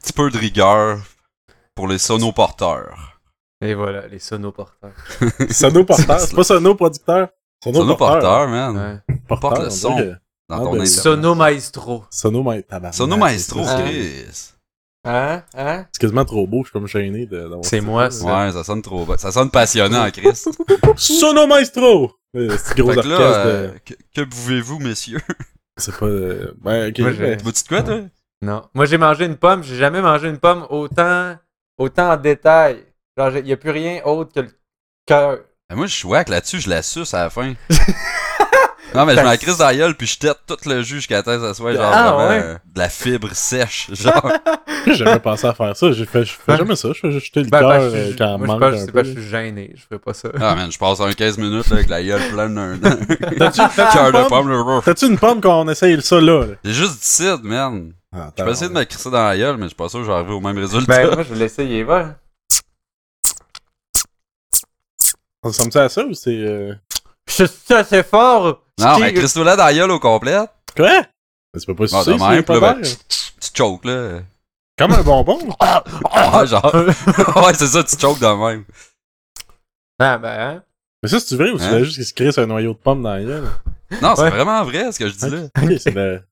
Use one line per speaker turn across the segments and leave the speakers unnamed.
petit peu de rigueur pour les sonoporteurs.
Et voilà, les sonoporteurs.
Sonoporteur, c'est pas sonoproducteur. Sonoporteur.
Sonoporteurs, man.
Ouais.
Porteur,
Porte le
on
son
dirait que-
dans
Ah,
ton
ben,
instrument.
Sono maestro.
Sonomae- tabarnak,
Sono maestro,
ça.
Chris.
Hein? Hein?
C'est quasiment trop beau, je suis comme gêné de- d'avoir
C'est
dit
moi,
ça.
ça.
Ouais, ça sonne trop. Ça sonne passionnant, Chris.
Sonomaestro! Euh, C'est gros
Fait que
orchestre
là,
de...
euh, que, que buvez-vous, messieurs?
C'est pas... euh, Ben, ok,
Moi, j'ai-
ben,
Veux-tu de quoi, toi?
Non. Moi, j'ai mangé une pomme. J'ai jamais mangé une pomme autant, autant en détail. Genre, il n'y a plus rien autre que le cœur.
Ben, moi, je suis wack là-dessus, je la suce à la fin. non, mais je
T'as-
m'en crise dans la gueule, puis je tète tout le jus jusqu'à temps que ça soit genre
Ah,
vraiment,
ouais.
euh, de la fibre sèche. Genre,
j'ai jamais pensé à faire ça. J'ai fait, je fais
Ben-
jamais ça. Je fais juste jeter le
Ben,
cœur
parce que
euh,
je-
quand
moi,
manque
je pense,
un
c'est pas, je
peu.
suis gêné. Je ferais pas ça.
ah man, je passe un 15 minutes là, avec la gueule pleine d'un
T'as-tu-
cœur
t'as-tu
de
une
pomme.
pomme?
là.
T'as-tu une pomme quand on essaye ça là? là?
J'ai juste du cidre, man.
Ah,
Je vais essayer de me crisser dans la gueule, mais je suis pas sûr que je vais arriver au même résultat.
Ben, moi, je vais l'essayer, va.
On ressemble ça à ça ou c'est... euh,
Je suis assez fort.
non,
Qui-
mais crisse-toi là dans la gueule au complet.
Quoi? Ben, c'est pas possible,
Bon, de
c'est
même,
pas
puis là, ben,
vert.
tu choques, là.
Comme un bonbon.
Ah, genre. ouais, c'est ça, tu choques de même.
Ah, ben, hein.
Mais ça, c'est vrai ou tu
Hein?
voulais juste qu'il se crisse un noyau de pomme dans la gueule?
Non, c'est
Ouais.
vraiment vrai ce que je dis là.
Hein? Ok, ben, c'est de...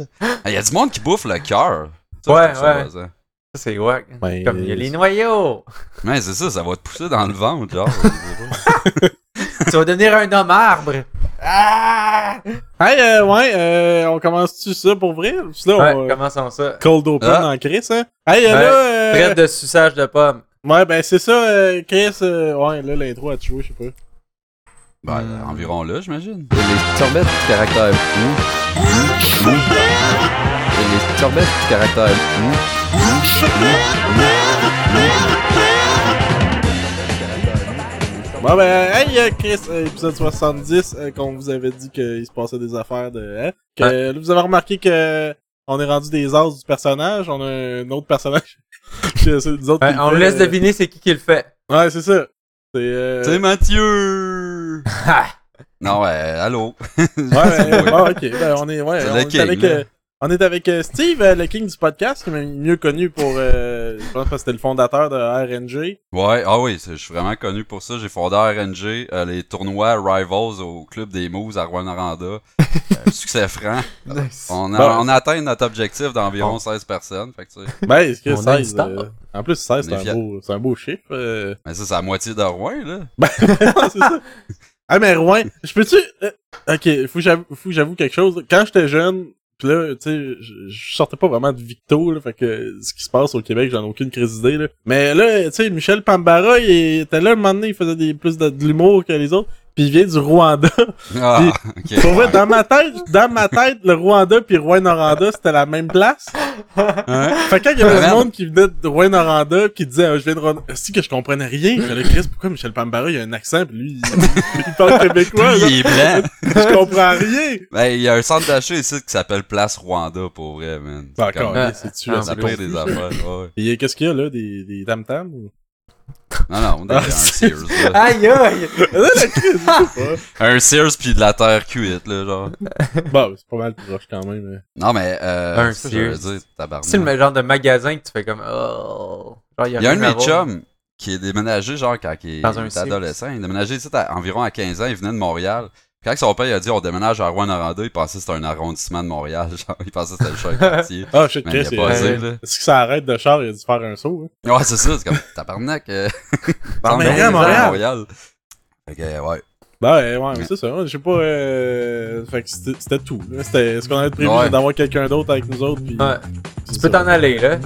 Il y a du monde qui bouffe le cœur. Ça,
Ouais,
je trouve ça
ouais.
basant.
Ça, c'est wack.
Ben,
Comme il y a les noyaux.
Mais c'est ça, ça va te pousser dans le ventre, genre. je sais pas.
tu vas devenir un homme arbre. Ah!
Hey, euh, ouais, euh, on commence-tu ça pour vrai? Parce que
Ouais,
Là, on... euh,
commençons ça.
Cold open
Ah.
en Chris, hein? Hey, euh,
Ouais.
là... euh,
Traite de suçage de pommes.
Ouais, ben c'est ça, euh, Chris. euh, ouais, là, l'intro a joué, je sais pas.
Ben,
Hmm.
environ là, j'imagine.
les sorbettes du caractère mou. Mou. Et les sorbettes du caractère mou.
Bon, ben, hey, euh, Chris, euh, épisode 70, euh, qu'on vous avait dit qu'il se passait des affaires de. Hein, que là, vous avez remarqué que euh, on est rendu des as du personnage, on a un autre personnage. que c'est nous autres
Ouais,
qui
Ben,
le
on
fait,
laisse
euh,
deviner c'est qui qui le fait.
Ouais, c'est ça. C'est. Euh...
C'est Mathieu!
Ah!
non, ouais, allô.
Ouais, ben,
moi.
ouais, ok. Ben, on est, ouais,
C'est
on
le
est
king,
avec.
là.
euh, on est avec euh, Steve, euh, le king du podcast, qui est mieux connu pour, euh, je pense parce que c'était le fondateur de RNG.
Ouais, ah oui, c'est- je suis vraiment connu pour ça. J'ai fondé RNG, euh, les tournois Rivals au club des Moves à Rwanda. succès franc.
Nice.
On a,
Bon.
on a atteint notre objectif d'environ 16 personnes. Fait que, tu sais,
Ben, est-ce que
On a une
16,
star.
euh, en plus, 16,
On
c'est
est
un,
fier.
beau- c'est un beau chiffre. euh.
mais ça, c'est à moitié de Rouen, là.
Ah, c'est ça. Ah, mais Rouen, je peux-tu. euh, ok, faut que j'avoue- faut que j'avoue quelque chose. Quand j'étais jeune, pis là, tu sais, je- je sortais pas vraiment de Victo, là, fait que ce qui se passe au Québec, j'en ai aucune crise d'idée, là. Mais là, tu sais, Michel Pambara, il était là, un moment donné, il faisait des, plus de, de l'humour que les autres, pis il vient du Rwanda.
Ah, ok.
Pour vrai, dans ma tête, dans ma tête, le Rwanda pis Rouen-Noranda, c'était la même place.
Hein?
Fait que quand il y avait
Merde.
du monde qui venait de Rouen-Noranda pis qui disait Ah, je viens de Rwanda », si que je comprenais rien, j'allais Chris, pourquoi Michel Pambara, il a un accent pis lui, il, il parle québécois, là.
Il est blanc.
je comprends rien.
Ben, il y a un centre d'achat ici qui s'appelle Place Rwanda, pour vrai, man. C'est
Bah, Encore,
comme-
Ah,
c'est tu
ah,
là,
Ça
c'est
pire
c'est
con.
des affaires, ouais.
Et qu'est-ce qu'il y a là, des, des tam tam ou...
Non, non, on a
Ah,
un
c'est-
Sears, là.
Aïe aïe!
Là, la crise, je sais
Un Sears pis de la terre cuite, là, genre.
pas. Bon, Bah, c'est pas mal proche quand même. hein.
Non, mais, euh.
Un
c'est ça que j'allais
Sears.
dire, tabarnak.
C'est le genre de magasin que tu fais comme oh. Genre,
Il y a un de
rien
mes
à voir.
chums qui est déménagé, genre, quand il
Dans un
était adolescent. Il est déménagé, tu sais, à- environ à 15 ans, il venait de Montréal. Puis Quand son père il a dit on déménage à Rouen-Noranda, il pensait que c'était un arrondissement de Montréal. Genre, il pensait que c'était le chef quartier.
Ah, shit,
Mais
Chris,
il
c'est
a pas
euh,
osé, là.
Est-ce que ça arrête de char, il a dû faire un saut. hein?
Ouais, c'est ça, c'est comme tabarnak. Euh,
Ah,
semble
mais à
bien,
Montréal.
Montréal. Fait que, ouais.
Ben ouais, ouais, mais c'est ça. Je sais pas. Euh... Fait que c'était c'était tout. là. C'était ce qu'on avait prévu
Ouais.
c'est d'avoir quelqu'un d'autre avec nous autres. Puis...
Ouais.
c'est
Tu peux
ça.
t'en aller là.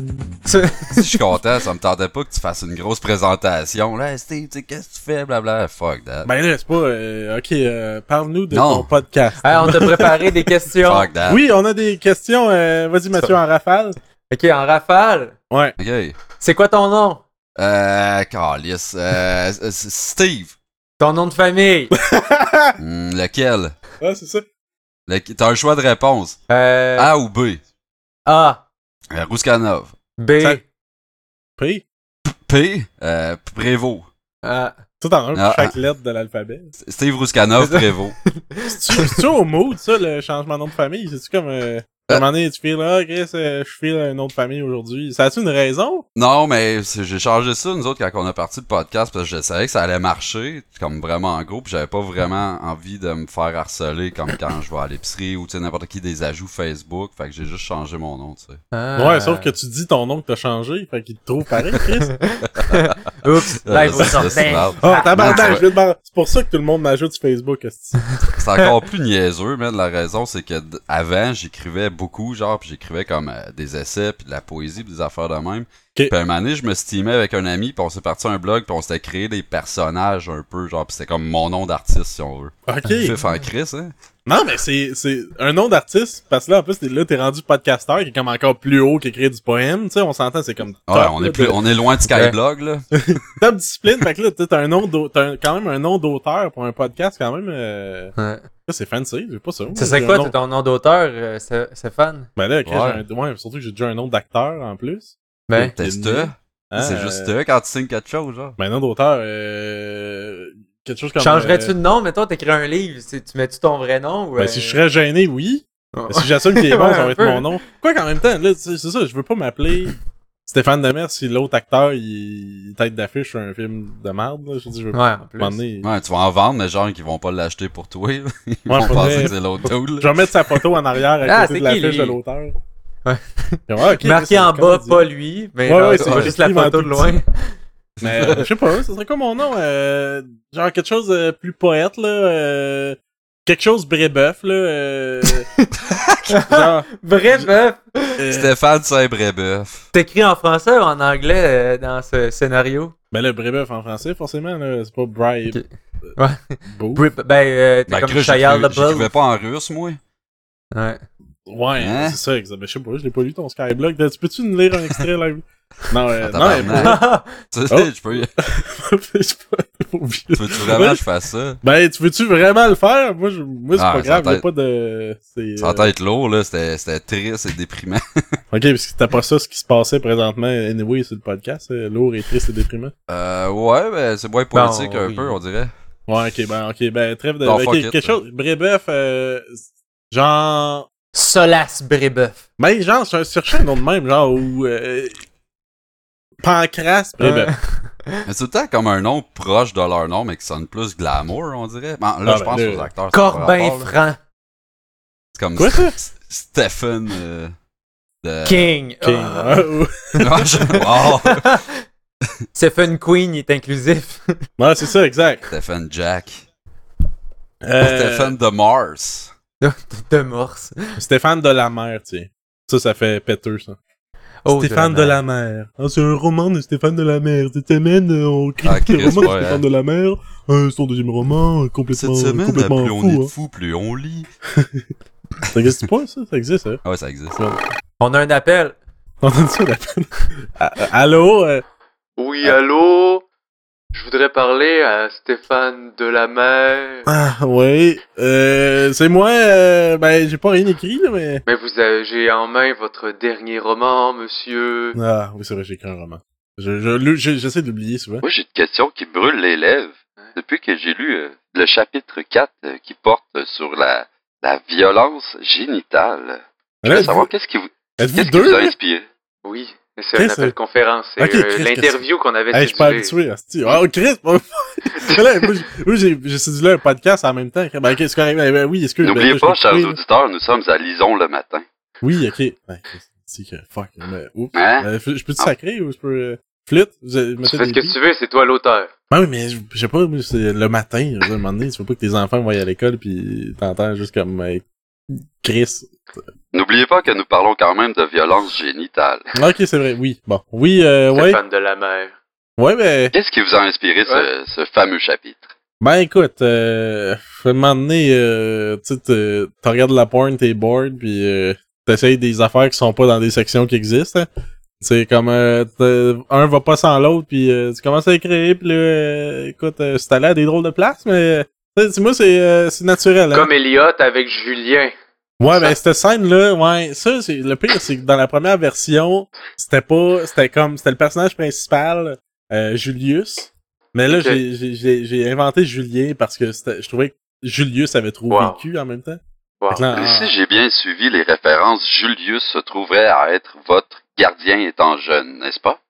Si je suis content, ça me tentait pas que tu fasses une grosse présentation. Là, Steve, tu sais, qu'est-ce que tu fais, blablabla. Fuck that.
Ben là, c'est pas. euh, Ok, euh, parle-nous de
Non.
ton podcast.
Hey, on t'a préparé des questions.
Fuck that.
Oui, on a des questions. euh, Vas-y, Mathieu, en rafale.
Ok, en rafale.
Ouais.
Ok.
C'est quoi ton nom?
Euh, Carlis. Euh, S- S- Steve.
Ton nom de famille?
Hmm, lequel?
Ouais, Ah, c'est ça.
Le- T'as un choix de réponse.
Euh,
A ou B?
A,
Euh, Rouskanov.
B,
Ça- Puis,
P? Euh, Prévost.
A.
tout en un pour
Ah,
chaque lettre de l'alphabet.
Steve Rouskanov,
C'est ça.
Prévost.
C'est-tu au mood, ça, le changement de nom de famille? C'est-tu comme... euh, À un moment donné, tu files, ah, Chris, euh, je file à une autre famille aujourd'hui. Ça a-tu une raison?
Non, mais c'est- j'ai changé ça, nous autres, quand on a parti le podcast, parce que je savais que ça allait marcher, comme vraiment en groupe, j'avais pas vraiment envie de me faire harceler, comme quand je vais à l'épicerie, ou tu sais, n'importe qui des ajouts Facebook, fait que j'ai juste changé mon nom, tu sais.
Euh. Ah.
Ouais, sauf que tu dis ton nom que t'as changé, fait qu'il te trouve pareil, Chris.
Oups,
Euh,
live au
ça, ça, c'est
sommet.
marrant.
Oh, tabarnak,
Ah, Ouais.
je vais te barrer. C'est pour ça que tout le monde m'ajoute sur Facebook, esti.
C'est encore plus niaiseux, mais la raison, c'est que d- avant, j'écrivais beaucoup, genre, puis j'écrivais comme euh, des essais, puis de la poésie, puis des affaires de même. Puis un moment donné, je me steamais avec un ami, puis on s'est parti un blog, puis on s'était créé des personnages un peu, genre, puis c'était comme mon nom d'artiste, si on veut.
Ok.
Fif en Chris, hein?
Non, mais c'est, c'est un nom d'artiste, parce que là, en plus, t'es- là, t'es rendu podcasteur, qui est comme encore plus haut qu'écrire du poème, tu sais, on s'entend, c'est comme
Ouais,
top,
on
là,
est, plus,
de-
on est loin de Skyblog, là.
top discipline, fait que là, t'as un nom d'au- t'as un- quand même un nom d'auteur pour un podcast, quand même, euh,
Ouais.
ça, c'est fancy, j'ai pas ça. moi,
Ça serait
j'ai
quoi
un nom-
ton nom d'auteur, euh, Sté- Stéphane?
Ben là, Chris,
Ouais.
j'ai un- ouais, surtout que j'ai déjà un nom d'acteur, en plus.
Ben,
T'es
Denis.
te
Hein,
C'est
euh,
juste te quand tu signes quelque chose, genre.
Ben, un nom d'auteur, euh, quelque chose comme...
changerais-tu
euh,
de nom? Mettons, t'écris un livre, c'est- tu mets-tu ton vrai nom? Ou,
Ben,
euh,
si je serais gêné, oui.
Oh.
Mais si j'assume qu'il est bon,
Ouais,
ça
un
va être
peu.
mon nom. Quoi qu'en même temps, là, tu sais, c'est ça, je veux pas m'appeler Stéphane Demers si l'autre acteur, il est tête d'affiche sur un film de merde, là. Je dis, je veux
Ouais,
pas
en plus.
m'emmener.
Ouais, tu vas en vendre, mais genre, qu'ils vont pas l'acheter pour toi, là. Ils
Ouais,
vont
faudrait-
penser que c'est l'autre dude,
Je
là.
vais mettre sa photo en arrière à
Ah,
côté
c'est
de la
qui,
fiche
lui?
de l'auteur.
Ouais.
Et ouais, ok,
Marqué
c'est
en
comme
bas,
dit.
pas lui, mais
Ouais,
genre,
ouais,
t'as
c'est
juste la
écrit en
photo
tout
de loin.
Mais euh, je sais pas, ça serait quoi mon nom? euh, genre quelque chose de plus poète, là. euh, quelque chose brébeuf, là. euh, genre,
Bref, euh,
euh,
Stéphane Saint-Brébeuf.
t'écris en français ou en anglais euh, dans ce scénario?
Ben là, Brébeuf en français, forcément, là. C'est pas Bribe.
Ok. Ouais.
Beau.
Bri- Ben, euh, t'es
Ben,
comme
Chris,
Shia
j'écrivais
LaBeouf.
j'écrivais pas en russe, moi.
Ouais.
Ouais,
Hein?
c'est ça, exact. Mais je sais pas, je l'ai pas lu ton Skyblog. Tu peux-tu nous lire un extrait là? Non, euh,
Ah,
non, mais
tabarnak. Tu sais,
Oh.
je peux,
pour- je sais pas, pour-
tu veux-tu vraiment que je fasse ça?
Ben, tu veux-tu vraiment le faire? Moi, je- moi c'est
Ah,
pas
ça
grave,
va
y'a
être-
pas de. c'est,
Ça
euh,
va être lourd, là. C'était c'était triste et déprimant.
Ok, parce que t'as pas ça ce qui se passait présentement, anyway, sur le podcast. euh, Lourd et triste et déprimant.
Euh, ouais, ben, c'est moins poétique
Bon,
un
oui.
peu, on dirait.
Ouais, ok, ben, ok, ben, trêve de.
Non,
ok,
fuck it.
quelque chose. Brébeuf, euh, genre.
Solace Brébeuf.
Mais Ben, genre, je cherchais un nom de même, genre, ou... Euh, Pancras, ben,
Ouais.
Brébeuf.
Mais c'est tout le temps comme un nom proche de leur nom, mais qui sonne plus glamour, on dirait. Ben, là,
Ah,
je
ben,
pense
là.
aux acteurs. ça n'a pas
Corbin
rapport, là.
Franc.
C'est comme
Quoi, ça?
S- Stephen euh, de...
King.
Ok,
Ah.
ouais,
Ouais, je- Oh,
Stephen Queen il est inclusif.
ouais, c'est ça, exact.
Stephen Jack.
Euh,
Stephen de Mars.
de Morse.
Stéphane de la mer, tiens. Ça, ça fait péteux, ça.
Oh,
Stéphane de
Jonathan.
la mer. Ah, c'est un roman de Stéphane de la mer. Cette semaine, euh, on critique
Ah, Chris,
le roman
ouais,
de Stéphane
hein.
de la mer. Euh, son deuxième roman, euh, complètement,
Cette semaine, plus
complètement
on est
fou.
fou, plus on lit.
hein. Ça existe pas, ça? Ça existe, hein?
Ah ouais, ça existe.
On a un appel.
On entend ça, la peine. Ah, ah, Allô? euh,
Oui, allô Je voudrais parler à Stéphane Delamère.
Ah, ouais. Euh, c'est moi, euh, ben, j'ai pas rien écrit, là, mais...
Mais vous avez j'ai en main votre dernier roman, monsieur.
Ah, oui, c'est vrai, j'ai écrit un roman. Je, je, le- je- j'essaie de l'oublier souvent.
Moi, j'ai une question qui brûle les lèvres. Depuis que j'ai lu euh, le chapitre 4 euh, qui porte euh, sur la, la violence génitale, je
Là,
veux
êtes-vous-
savoir qu'est-ce qui vous,
êtes-vous
qu'est-ce qui vous
Ben, deux?
a
là?
inspiré.
Oui, c'est un
Chris, euh,
appel conférence. C'est
ok,
euh,
Chris,
l'interview qu'on avait
Hey, je suis pas
séduit.
habitué, hostie. Oh, Chris! moi, là, moi, j'ai- moi, j'ai, j'ai séduit un podcast en même temps. Ben, ok, c'est correct. Ben, ben oui, est-ce que... ben, là,
N'oubliez
je
pas,
l'ai
chers
coupé, là.
auditeurs, nous sommes à Lison le matin.
Oui, ok. Ben, c'est que... Fuck. Mais, oups.
Hein?
Euh, je peux te sacrer ou je peux... euh, Flûte? Vous avez- mettez
Tu fais ce
des
que
billes?
tu veux, c'est toi l'auteur.
Ben oui, mais je je sais pas, moi, c'est le matin, je veux dire, à un moment donné, tu veux pas que tes enfants vont aller à l'école pis t'entends juste comme... euh, Chris.
N'oubliez pas que nous parlons quand même de violence génitale.
Ok, c'est vrai, oui. Bon. Oui, euh, ouais.
Stéphane Delamère.
Ouais, ben...
Qu'est-ce qui vous a inspiré ce, ce fameux chapitre?
Ben écoute, euh, à un moment donné, euh, tu sais, te- t'en regardes la porn, t'es bored, puis euh, t'essayes des affaires qui sont pas dans des sections qui existent. hein. C'est comme euh, t'as- un va pas sans l'autre, puis euh, tu commences à écrire, puis là, euh, écoute, euh, c'est allé à des drôles de places, mais euh, tu sais, moi c'est euh, c'est naturel. hein.
Comme Elliot avec Julien.
Ouais, ben cette scène-là, ouais, ça, c'est le pire, c'est que dans la première version, c'était pas, c'était comme, c'était le personnage principal, euh, Julius. Mais là,
Ok.
j'ai- j'ai j'ai- j'ai inventé Julien parce que c'était- je trouvais que Julius avait trop
Wow.
vécu en même temps.
Wow.
Fait que là,
Et
en-
Si j'ai bien suivi les références, Julius se trouverait à être votre gardien étant jeune, n'est-ce pas?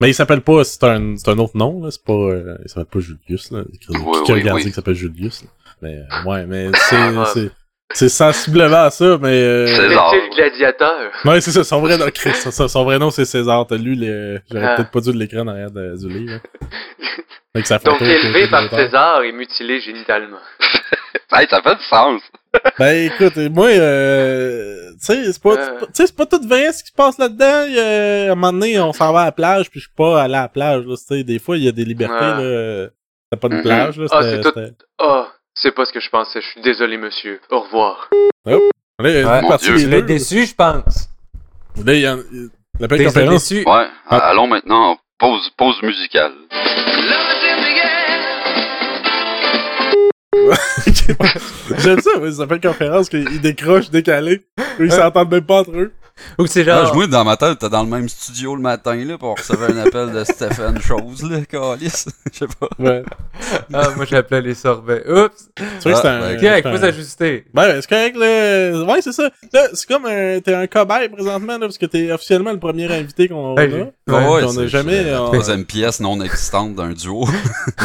Mais il s'appelle pas, c'est un, c'est un autre nom, là. C'est pas, euh, il s'appelle pas Julius, là. Qui, qui
Oui,
qui a
oui,
regardé
oui.
qui s'appelle Julius, là. Mais, euh, ouais, mais
Ah.
c'est, c'est, c'est sensiblement à ça, mais, euh,
César.
C'était le gladiateur.
ouais, c'est ça, son vrai nom, Chris, son- son, son vrai nom c'est César, t'as lu les, j'aurais
Ah.
peut-être pas dû l'écrire en arrière de- du livre, là. Avec sa
Donc
photo,
élevé
que-
par
que-
César et mutilé génitalement.
Hey, ça fait du sens.
Ben, écoute, et moi, euh, tu sais, c'est pas, c'est pas- tu sais, c'est pas tout vrai ce qui se passe là-dedans, Il y a- à un moment donné, on s'en va à la plage, puis je suis pas allé à la plage, là, tu sais, des fois, il y a des libertés,
Ah.
là, euh, t'as pas de
Mhm.
plage, là,
Ah,
c'était-
c'est tout-
c'était-
Oh, c'est pas ce que je pensais. Je suis désolé, monsieur. Au revoir.
Là, il y a
Ouais.
une partie
Mon
des
Tu l'as
deux.
déçu, je pense.
Là, il y a la
Tu
belle
l'as
conférence.
déçu.
Ouais,
Ah.
allons maintenant en pause, pause musicale.
J'aime ça, ouais, la belle conférence qu'ils décrochent décalés. Ils s'entendent même pas entre eux.
Ou c'est
Là,
genre.
je moi, dans ma tête, t'es dans le même studio le matin, là, pour recevoir un appel de Stephen Chose, là, câlisse. Je sais pas.
Ouais.
Ah, moi j'appelais les sorbets. Oups.
Tu vois que c'est
Ah,
un.
ben,
c'est
Correct,
un-
faut s'ajuster.
Ben, c'est correct, là. Ouais, c'est ça. Là, c'est comme un. T'es un cobaye présentement, là, parce que t'es officiellement le premier invité qu'on
Hey,
a.
j'ai- ouais,
Ouais,
on a
c'est-
jamais-
c'est La
on-
troisième pièce non existante d'un duo.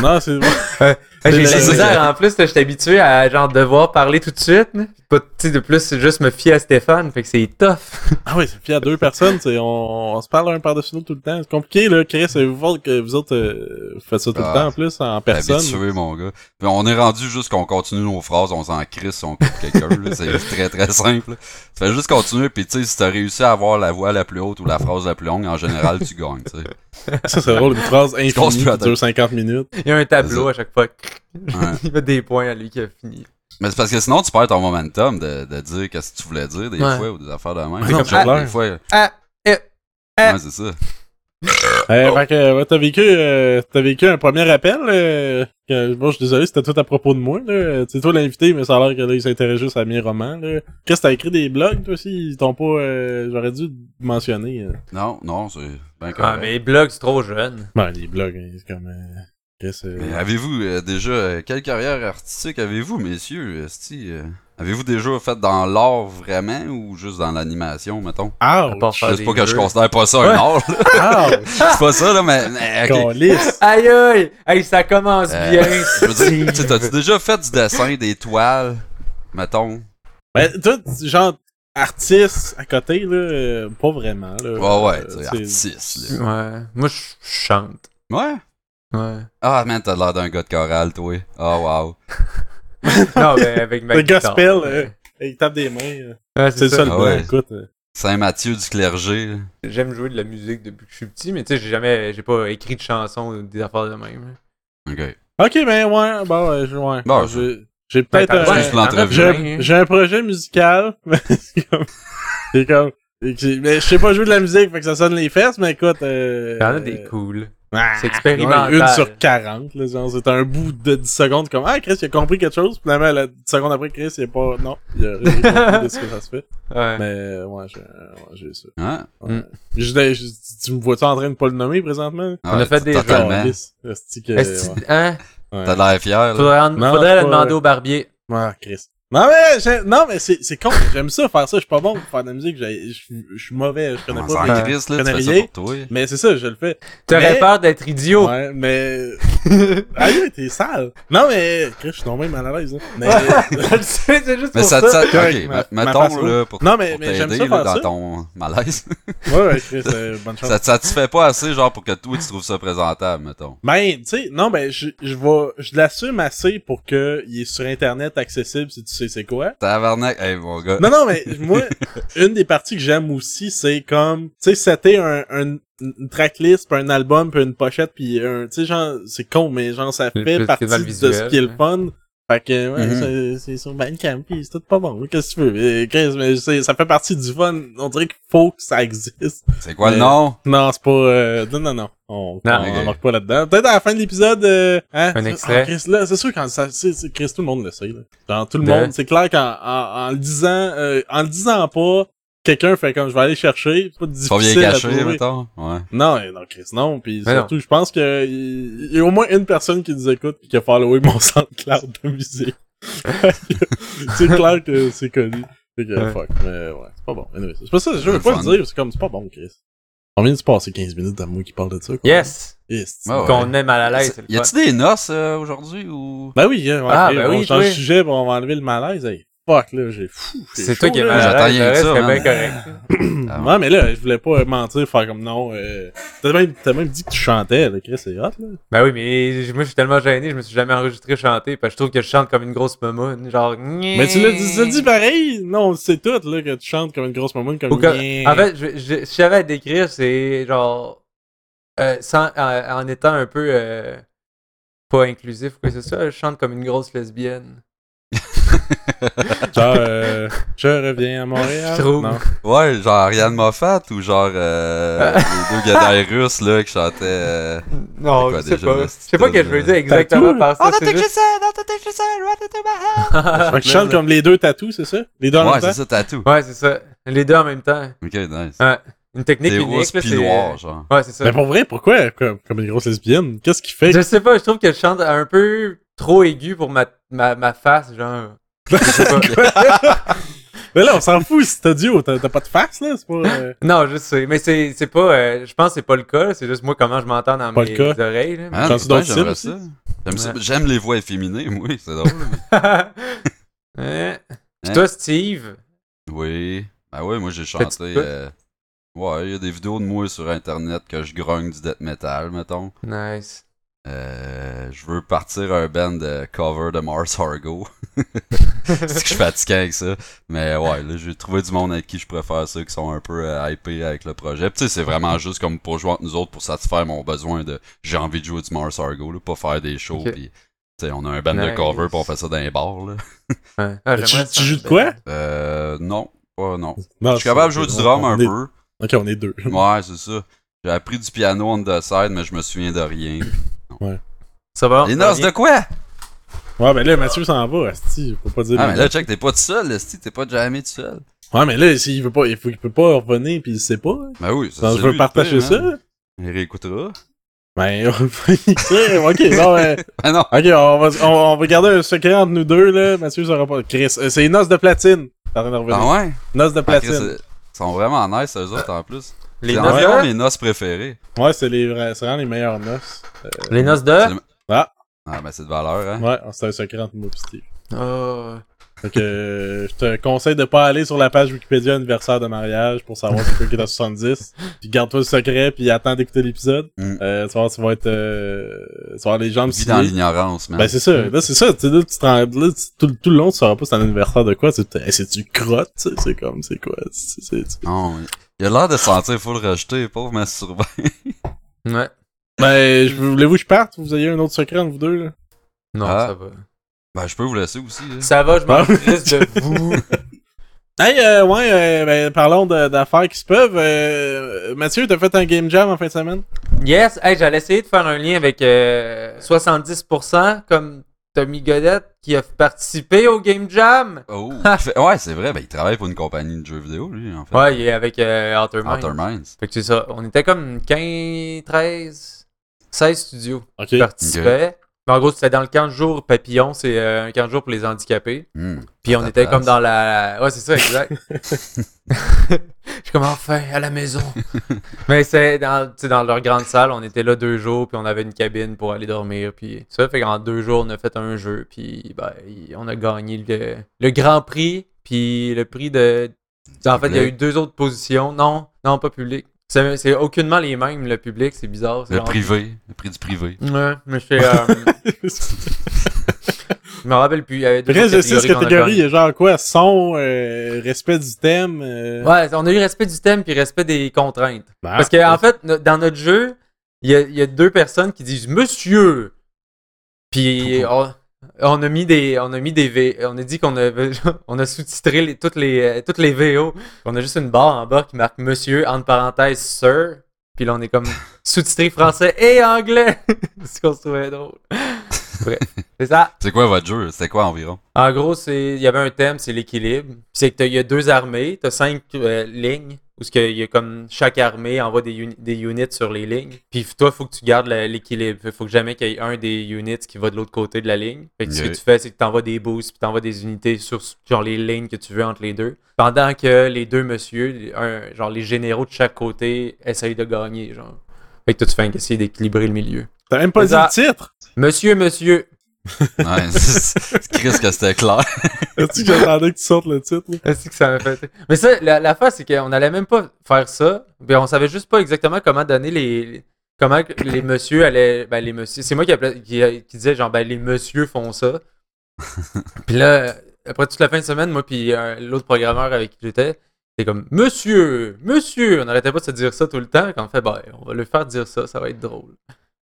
Non, c'est.
Hey, J'ai
Mais
de la
c'est-
misère en plus, là, je suis habitué à genre devoir parler tout de suite. là. Pas, tu sais, de plus, c'est juste me fier à Stéphane, fait que c'est tough.
Ah oui, c'est puis à deux personnes, c'est on, on se parle un par-dessus l'autre tout le temps. C'est compliqué, là, Chris, vous voir que vous autres euh, vous faites ça tout
Ah.
le temps en plus, en personne.
Habitué, mon gars. Puis on est rendu juste qu'on continue nos phrases, on s'en crisse si on coupe quelqu'un. là. C'est très très simple. là. Tu fais juste continuer, puis tu sais, si t'as réussi à avoir la voix la plus haute ou la phrase la plus longue, en général, tu gagnes. tu sais.
Ça, c'est drôle, une phrase
pense plus
infinie
à
qui
toi.
dure 50 minutes.
Il y a un tableau à chaque fois. Il met des points à lui qui a fini.
Mais c'est parce que sinon, tu perds ton momentum de, de dire qu'est-ce que tu voulais dire des
Ouais.
fois ou des affaires de même.
Mais non,
Genre,
c'est clair.
des fois,
Ah, eh, ah.
ouais, c'est ça.
Euh, Fait que euh, t'as vécu, euh, t'as vécu un premier appel. euh, que- bon, je suis désolé, c'était tout à propos de moi. Là. C'est toi l'invité, mais ça a l'air que là, il s'intéresse juste à mes romans. Là. Chris, t'as écrit des blogs, toi aussi. Ils t'ont pas. euh, j'aurais dû te mentionner. euh.
Non, non, c'est bien correct.
Ah, mais les blogs, c'est trop jeune.
Ben, les blogs, hein, c'est comme. euh, Chris, euh,
Mais avez-vous euh, déjà euh, quelle carrière artistique avez-vous, messieurs? Esti, euh, avez-vous déjà fait dans l'art vraiment ou juste dans l'animation, mettons?
Ouch!
À part faire
C'est
des
pas que je
jeux.
considère pas ça un art, là.
Ouch!
c'est pas ça, là, mais, mais, ok.
Câlisse.
Aïe aïe! Hey, ça commence
Euh,
bien!
Je veux dire, tu sais, t'as-tu déjà fait du dessin, des toiles, mettons?
Ben, toi, tu- genre, artiste à côté, là, euh, pas vraiment. Là,
Ouais, ouais,
Euh,
tu sais,
c'est-
artiste, là.
Ouais. Moi, je chante.
Ouais?
Ouais.
Ah, man, t'as l'air d'un gars de chorale, toi. Ah, wow.
Non, mais avec ma
Le
guitare.
gospel, euh, Il tape des mains. euh.
Ouais,
C'est le seul
ben, Ah
blanc,
ouais.
écoute. euh.
Saint-Mathieu du clergé, là.
J'aime jouer de la musique depuis que je suis petit, mais tu sais, j'ai jamais, j'ai pas écrit de chansons ou des affaires de même.
Ok.
Ok, ben ouais, bon, euh, je- ouais.
Bon,
J'ai- j'ai peut-être euh,
Ben, t'as-
un-
Excuse l'entrevue.
j'ai
hein.
un, j'ai un projet musical, mais c'est comme, c'est comme, et que j'ai- mais je sais pas jouer de la musique, fait que ça sonne les fesses, mais écoute, euh,
T'en as des cool.
Ah,
C'est expérimental.
Une sur 40, là, genre, c'est un bout de 10 secondes, comme, ah, Chris, il a compris quelque chose, puis finalement, la 10 secondes après, Chris, il est pas, non, il a rien compris de ce que ça se fait.
Ouais.
Mais, euh, ouais, j'ai, euh, ouais, j'ai ça.
Hein?
Je- je- tu me vois-tu en train de pas le nommer, présentement?
On
a fait des jeux.
Totalement.
Calisse. Esti que-
Est-ce que- hein?
ouais.
T'as l'air fier, là.
Faudrait, en-
Non,
faudrait la
c'est pas- euh,
demander au barbier.
Ah, Chris. Non, mais, j'ai- non, mais c'est, c'est con. J'aime ça, faire ça. Je suis pas bon pour faire de la musique. J'ai- Je suis- je suis mauvais. Je connais
On
pas.
s'en
mais-
crisse, là, tu
connais
fais ça
rien.
pour toi.
Mais c'est ça, je le fais.
T'aurais
Mais-
peur d'être idiot.
Ouais, mais. Aïe, t'es sale. Non, mais. Chris, je suis tombé mal à l'aise, là. Mais.
Je le sais, c'est juste
Mais
pour
ça
ça.
te sent-
correct,
Ok,
ma-
ma-
ma face
mettons, là, pour
Non, mais,
pour
mais j'aime
t'aider
ça
là,
faire
dans
ça.
ton malaise.
Ouais, ouais, Chris, euh, bonne chance.
ça te satisfait pas assez, genre, pour que toi, tu trouves ça présentable, mettons.
Ben, tu sais, non, ben, je, je vais, je l'assume assez pour que il est sur Internet accessible si tu sais c'est quoi.
Tabarnak, hey, mon gars.
Non, non, mais moi, une des parties que j'aime aussi, c'est comme, tu sais, c'était un, un, une tracklist, puis un album, puis une pochette, puis un, tu sais, genre, c'est con, mais genre, ça
Le
fait
festival
partie de ce
visuel,
qui est le
hein.
fun. Fait que, ouais,
Mhm.
c'est- c'est sur Bandcamp, pis c'est tout pas bon. Qu'est-ce que tu veux? Euh, Chris, mais c'est- ça fait partie du fun. On dirait qu'il faut que ça existe.
C'est quoi le
Mais-
nom?
Non, c'est pas, euh, non, non, non. On,
Non.
on
Ok.
embarque pas là-dedans. Peut-être à la fin de l'épisode, euh, hein?
Un
Ah,
extrait.
Chris, là, c'est sûr quand ça, c'est, c'est- Chris, tout le monde le sait, là. Genre, tout le
De-
monde, c'est clair qu'en, en, en le disant, euh, en le disant pas, quelqu'un fait comme, je vais aller chercher, c'est pas
Pas bien
difficile à
caché,
trouver.
mettons. Ouais.
Non, euh, non, Chris, non. Puis
Mais
surtout, je pense que il il y a au moins une personne qui nous écoute pis qui a followé mon SoundCloud de musique. c'est clair que c'est connu. Fait que,
Ouais.
fuck, mais ouais, c'est pas bon. Anyway, c'est pas ça, je veux
Le
pas
fun.
le dire, c'est comme, c'est pas bon, Chris. On vient de se passer 15 minutes d'un mot qui parle de ça, quoi.
Yes!
Yes.
Ah ouais.
Qu'on est mal à l'aise, c'est le
Y
fun.
a-tu des noces euh, aujourd'hui ou.
Ben oui, hein, ouais,
Ah,
hey,
ben
on
oui,
change de
toi.
sujet, bon, on va enlever le malaise. Hey, fuck, là, j'ai fou.
C'est toi qui es
es
mal
J'attends
à l'aise,
rien que
le reste
ça,
c'est
man.
bien correct.
Ah,
Ouais, mais là, je voulais pas mentir, faire comme non. Euh... T'as même, t'as même dit que tu chantais, là, Chris, c'est hot, là.
Ben oui, mais je- moi je suis tellement gêné, je me suis jamais enregistré chanter, parce que je trouve que je chante comme une grosse mamoune, genre...
Mais tu l'as dit, tu l'as dit pareil. Non, c'est tout, là, que tu chantes comme une grosse maman, comme
Ou que-
une-
En fait, je, je, si j'avais à décrire, c'est genre. euh, sans, en, en étant un peu. euh, pas inclusif, ou quoi c'est ça, je chante comme une grosse lesbienne.
Genre, euh, je reviens à Montréal.
Je trouve.
Non.
Ouais, genre Ariane Moffat ou genre euh, les deux gadailles russes là qui chantaient. euh,
Non,
C'est quoi
je sais
déjà,
pas.
le
Je sais pas ce que je veux dire exactement
Tatou?
par ça. c'est juste-
Fait que tu chantes comme les deux tatous, c'est ça? Les deux en
Ah, Ouais,
même temps?
c'est ça, tatou.
Ouais, c'est ça. Les deux en même temps.
Ok, nice.
Ah,
Ouais. Une technique
C'est rose
unique. là,
pis
euh,
noir, genre.
Ouais, c'est ça.
Mais pour vrai, pourquoi? Comme, comme une grosse lesbienne? Qu'est-ce qui fait?
Je sais pas, je trouve que je chante un peu trop aigu pour ma, ma, ma face, genre. Je sais pas.
Mais là, on s'en fout, c'est audio, t'as t'as pas de face, là? C'est pas, euh,
Non, je sais, mais c'est c'est pas. euh, je pense que c'est pas le cas. là. C'est juste moi comment je m'entends dans
Pas
mes
le
oreilles. là.
Man,
Chantes-tu
putain,
d'autres
Ah, j'aimerais
styles
ça. J'aime ça-
Ouais.
J'aime les voix efféminées, oui, c'est drôle.
Hein? Puis
Hein?
toi, Steve,
oui. Ben ouais, moi j'ai
Fais-tu
chanté.
de quoi?
euh, Ouais, il y a des vidéos de moi sur internet que je grogne du death metal, mettons.
nice.
Euh, je veux partir un band de cover de Mars Argo. C'est que je suis fatigué avec ça. Mais ouais, là, j'ai trouvé du monde avec qui je préfère ça, qui sont un peu euh, hypés avec le projet. Puis tu sais, c'est vraiment juste comme pour jouer entre nous autres pour satisfaire mon besoin de j'ai envie de jouer du Mars Argo, là, pas faire des shows.
Ok.
Puis, tu sais, on a un band de
Nice.
cover, puis on fait ça dans les bars, là.
Ouais. Ah,
tu,
j'aimerais
tu
ça. ben,
joues de quoi?
Euh, non, pas non.
Non,
Je suis capable de jouer du drum un
on est-
peu.
Ok, on est deux.
Ouais, c'est ça. J'ai appris du piano on the side, mais je me souviens de rien.
Ça va?
Les noces de quoi?
Ouais, ben là, Mathieu s'en va, Asti, faut pas dire.
Ah, mais là, check, t'es pas tout seul, Esti, t'es pas jamais tout seul.
Ouais, mais là, s'il veut pas, il, faut, il peut pas revenir pis il sait pas. hein.
Ben oui, ça
Donc,
c'est
je veux
lui,
partager
le pire, hein.
ça.
Il réécoutera.
Ben, on va y dire, ok, non, mais,
Ah non!
ok, on va, on, on va garder un secret entre nous deux, là. Mathieu saura pas. Chris, euh, c'est une noce de platine. T'es en train de revenir.
Ah ouais?
Noce de
Ah, Chris,
platine.
euh, Ils sont vraiment nice, eux autres, en plus.
Les
c'est
noces
environ
de?
mes noces préférées.
ouais, c'est les vrais- c'est vraiment les meilleures noces.
Les noces de?
C'est le- Ah, ben c'est de valeur, hein?
Ouais, c'est un secret entre moi pis Steve.
Oh.
Fait que, euh, je te conseille de pas aller sur la page Wikipédia anniversaire de mariage pour savoir c'est quoi qui est à 70. Puis garde-toi le secret, puis attends d'écouter l'épisode.
Mm.
Euh, tu vas voir, tu vas être, euh, tu vas avoir les jambes
Vis dans hein.
sciées.
l'ignorance, man.
Ben c'est ça, là c'est ça, tu sais, là, tu te rends- là, tu- tout, tout le long tu sauras pas c'est un anniversaire de quoi, c'est hey, c'est du crotte, tu sais, c'est comme, c'est quoi, c'est... c'est- c'est-
Non, il a l'air de sentir full rejeté, pauvre masturbant.
Ouais.
Ben, je- voulez-vous que je parte, vous ayez un autre secret entre vous deux, là?
Non,
Ah.
ça va.
Ben, je peux vous laisser aussi, là.
Ça va, je
Ah.
m'en crisse de vous.
Hey, euh, ouais, euh, ben, parlons de- d'affaires qui se peuvent, Euh, Mathieu, t'as fait un game jam en fin de semaine?
Yes, hey, j'allais essayer de faire un lien avec euh, 70% comme Tommy Godette qui a participé au Game Jam.
Oh! Fait- ouais, c'est vrai, ben il travaille pour une compagnie de jeux vidéo, lui, en fait.
Ouais, il est avec euh, Outer Minds.
Outer Minds.
Fait que c'est ça. On était comme 15, 13, 16 studios
Ok.
qui participaient. Mais en gros, c'était dans le camp de jour papillon. C'est euh, un camp de jour pour les handicapés.
Hmm.
Puis on
Ta
était
place.
comme dans la... Ouais, c'est ça, exact. Je suis comme enfin à la maison. Mais c'est dans, tu sais, dans leur grande salle, on était là deux jours, puis on avait une cabine pour aller dormir. Puis ça fait qu'en deux jours, on a fait un jeu, puis ben, il- on a gagné le, le grand prix, puis le prix de... En fait, il y a eu deux autres positions. Non, non, pas public. C'est c'est aucunement les mêmes, le public, c'est bizarre. c'est
Le
genre-
privé, le prix du privé.
Ouais, mais c'est... euh, je me rappelle plus, il y avait deux
Reste
autres
de 6
catégories qu'on a
catégories,
gagnées.
il y a genre quoi? Son, euh, respect du thème, euh...
Ouais, on a eu respect du thème puis respect des contraintes.
bah,
Parce que en fait, no- dans notre jeu, il y a, il y a deux personnes qui disent Monsieur. Puis on, on a mis des, on a mis des V, on a dit qu'on avait, on a sous-titré les- toutes les, euh, toutes les VO. On a juste une barre en bas qui marque Monsieur entre parenthèses Sir. Puis là, on est comme sous-titré français et anglais. C'est ce qu'on se trouvait drôle. Bref, c'est ça.
C'est quoi votre jeu? C'était quoi environ?
En gros, c'est il y avait un thème, c'est l'équilibre. C'est que t'as- il y a deux armées, t'as cinq euh, lignes où ce qu'il y a comme chaque armée envoie des, uni- des units sur les lignes. Puis toi, faut que tu gardes la- l'équilibre. Faut que jamais qu'il y ait un des units qui va de l'autre côté de la ligne. Fait que ce
Ok.
que tu fais, c'est que tu envoies des boosts, puis tu envoies des unités sur genre, les lignes que tu veux entre les deux. Pendant que les deux messieurs, un- genre les généraux de chaque côté, essayent de gagner. Genre. Fait que toi, tu fais un- essayer d'équilibrer le milieu.
T'as même pas dit
Ça-
le titre!
Monsieur, monsieur,
Ouais, c'est- c'est- Chris, que c'était clair.
Est-ce que j'attendais que tu sortes le titre? là?
Est-ce que ça m'a fait. Mais ça, la, la face, c'est qu'on allait même pas faire ça. mais on savait juste pas exactement comment donner les. les- Comment que les messieurs allaient. Ben, les messieurs. C'est moi qui, appelais- qui, qui disais, genre, ben, les messieurs font ça. puis là, après toute la fin de semaine, moi, puis euh, l'autre programmeur avec qui j'étais, c'était comme Monsieur, monsieur. On n'arrêtait pas de se dire ça tout le temps. Quand on fait, ben, on va le faire dire ça, ça va être drôle.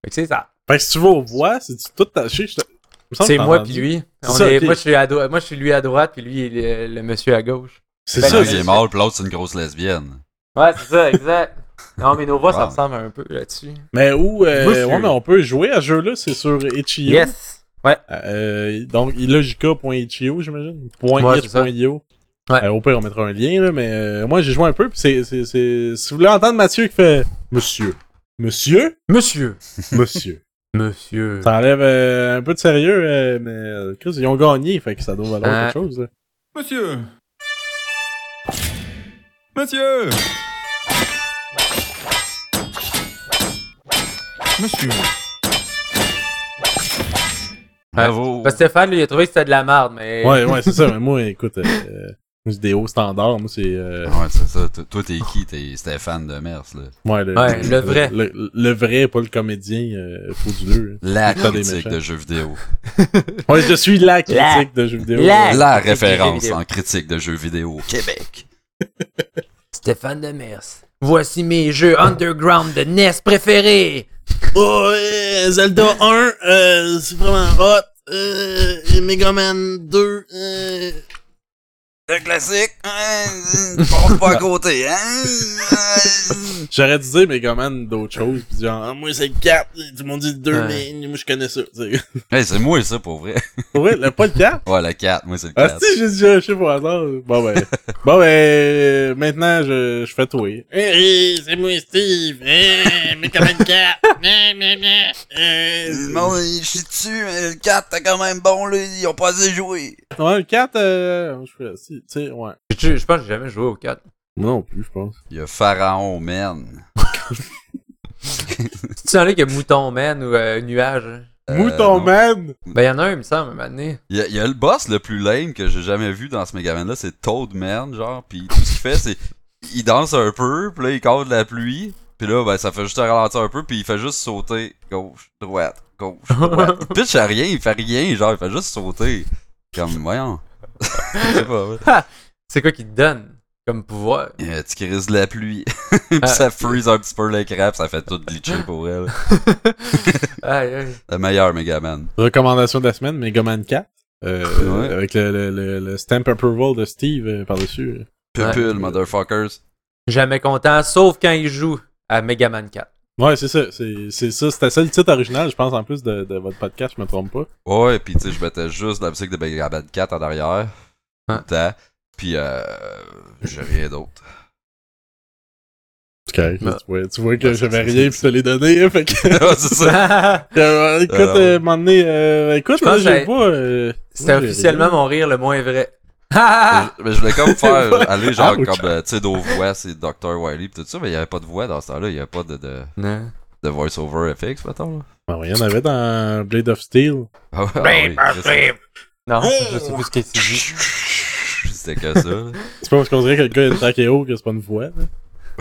Fait que c'est ça.
Fait que si tu vas au voix, c'est tout taché. je te- Il me semble
C'est
que t'as
moi,
entendu.
puis lui.
C'est
On
ça,
est-
ok.
moi, je suis à do- moi, je suis lui à droite, puis lui, il est le monsieur à gauche.
C'est
Ben,
ça.
Lui,
mais-
il est mort, puis l'autre, c'est une grosse lesbienne.
Ouais, c'est ça, exact. Non, mais nos voix, ça
Wow.
ressemble un peu là-dessus.
Mais où, euh,
Monsieur.
ouais, mais on peut jouer à ce jeu-là, c'est sur itch.io.
Yes! Ouais.
Euh, donc, illogica.itch.io, E j'imagine. Point E
Ouais,
it
c'est ça.
point io.
Ouais.
Euh, au pire, on mettra un lien, là, mais euh, moi, j'ai joué un peu, pis c'est, c'est, c'est... Si vous voulez entendre Mathieu qui fait « Monsieur, monsieur,
Monsieur!
monsieur
Monsieur. ».
Ça enlève euh, un peu de sérieux, euh, mais euh, Chris, ils ont gagné, fait que ça doit valoir
Ouais.
quelque chose. là.
Monsieur Monsieur Monsieur
Bravo.
Parce que Stéphane, lui, il a trouvé que c'était de la merde, mais.
Ouais, ouais, c'est ça, mais moi, écoute, euh, c'est des hauts standards, moi, c'est... euh,
Ouais, c'est ça. Toi, toi, t'es qui? T'es Stéphane de Mers, là.
ouais, le,
Ouais, le vrai.
Le, le vrai, pas le comédien euh, frauduleux.
La
Putain, des
critique
méchants.
de jeux vidéo.
Ouais, je suis la critique
La-
de jeux vidéo.
la-
ouais.
La
critique de jeux
référence
vidéo.
en critique de jeux vidéo au Québec.
Stéphane Demers. Voici mes jeux underground de NES préférés!
Oh, euh, Zelda 1, euh, c'est vraiment hot. Euh, et Mega Man 2, euh,
Le classique, hein, passe pas à côté, hein?
J'aurais dû dire Megaman d'autres choses, pis genre,
ah, moi c'est le 4, tout le monde dit le 2,
Ouais.
mais moi je connais ça. tu sais.
hey, c'est moi, ça, pour vrai.
ouais, le pas le 4.
Ouais, le 4, moi, c'est le
Ah
4.
si, j'ai dit un chiffre au hasard. Bon ben, bon ben, euh, maintenant je, je fais tout.
Eh, eh, c'est moi Steve, eh, Mega Man 4, eh, eh, eh, eh,
je suis dessus, mais le 4, t'es quand même bon, là, ils ont pas assez joué.
Ouais, le 4, euh, je fais, si, tu sais, ouais.
Je, je pense que j'ai jamais joué au 4.
Moi non plus, je pense.
Il y a Pharaon, man.
C'est-tu celui qui a Mouton Man ou euh, Nuage?
Euh,
Mouton
non.
Man!
Ben, il y en a un, il me semble, à un moment donné.
Il y, a, il y a le boss le plus lame que j'ai jamais vu dans ce Megaman là, c'est Toadman, genre, pis tout ce qu'il fait, c'est. Il danse un peu, pis là, il cause de la pluie, pis là, ben, ça fait juste ralentir un peu, pis il fait juste sauter. Gauche, droite, gauche, droite. Il pitch à rien, il fait rien, genre, il fait juste sauter. Comme, voyons. Je sais pas, ouais.
C'est quoi qu'il te donne comme pouvoir?
Il y a un petit crise de la pluie, pis
Ah.
ça freeze un petit peu l'écran, pis ça fait tout glitcher pour elle.
Aïe, aïe.
Le meilleur Megaman.
Recommandation de la semaine, Megaman 4. Euh,
Ouais.
Avec le, le, le, le stamp approval de Steve euh, par-dessus.
Pupule, motherfuckers.
Jamais content, sauf quand il joue à Mega Man 4.
Ouais, c'est ça. C'est c'est ça. C'était ça le titre original, je pense, en plus de, de votre podcast, je me trompe pas.
Ouais, pis tu sais, je mettais juste la musique de Megaman 4 en arrière.
Ouais.
Hein?
Tout le temps. Pis euh. J'ai rien d'autre.
C'est correct,
Ouais.
Tu vois, tu vois que
Ouais,
j'avais
c'est-
rien pis te les donné, hein, fait que...
Ouais, c'est ça.
Euh, écoute,
Alors,
euh, m'en donné, euh, écoute,
Je
là,
pense que
j'ai
j'ai-
pas... euh,
C'était
moi, j'ai
officiellement
rien.
mon rire le moins vrai.
Mais je- Mais je voulais comme faire aller genre
Ah! Ouch.
comme euh, tu sais nos voix c'est Dr Wiley pis tout ça mais il y avait pas de voix dans ce temps-là il y avait pas de de,
Non.
de voice over FX mettons là.
Ah ouais, il y en avait dans Blade of Steel.
Ah ouais, ah oui, Chris,
Non,
Ah,
je sais plus ce qu'il dit.
c'était que ça. là. Tu
C'est pas parce qu'on dirait que le gars a une trachéo que c'est pas une voix. là.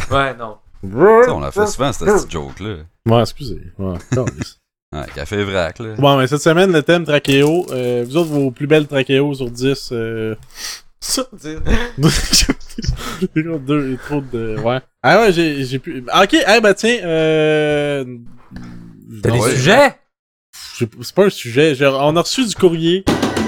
Ouais, non.
sais, on l'a fait souvent cette petite joke là.
Ouais, excusez. Ouais, câlisse.
Ouais, café vrac là.
bon, mais cette semaine, le thème trachéo. euh, vous autres, vos plus belles trachéos sur 10... Euh... J'ai encore deux, trop de... Ouais. Ah ouais, j'ai j'ai pu... Ok, eh ben tiens, euh...
T'as des
Ouais.
sujets?
Ben, j'ai- C'est pas un sujet. genre, on a reçu du courrier.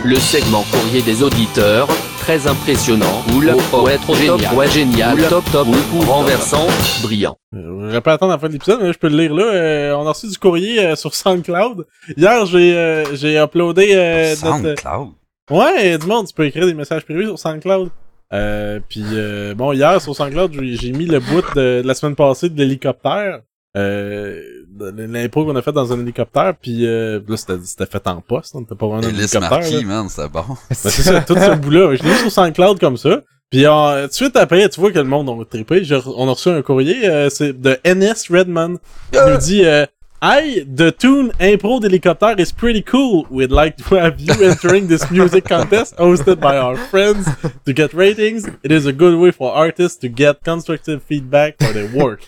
Le segment courrier des auditeurs, très impressionnant, cool, poète, génial, ouais, génial, top, top, cool, renversant, brillant.
Euh, J'aurais pas attendre la fin de l'épisode, mais je peux le lire là. Euh, on a reçu du courrier euh, sur SoundCloud. Hier, j'ai euh, j'ai uploadé euh, notre...
SoundCloud.
Ouais, du monde, tu peux écrire des messages privés sur SoundCloud. Euh, puis euh, bon, hier, sur Sanglard, j'ai j'ai mis le bout de, de la semaine passée de l'hélicoptère. Euh, de L'impro qu'on a fait dans un hélicoptère, puis euh, là, c'était c'était fait en poste, on n'était pas vraiment dans un
Ulysse
hélicoptère. là.
Marquis, man, c'est bon.
Ben, c'est ça, tout ce bout-là. Je l'ai mis sur SoundCloud comme ça. Puis euh, tout de suite après, tu vois que le monde a trippé. Je- on a reçu un courrier euh, c'est de NS Redman. Il nous dit euh, Hi, the tune impro d'hélicoptère is pretty cool. We'd like to have you entering this music contest hosted by our friends to get ratings. It is a good way for artists to get constructive feedback for their work.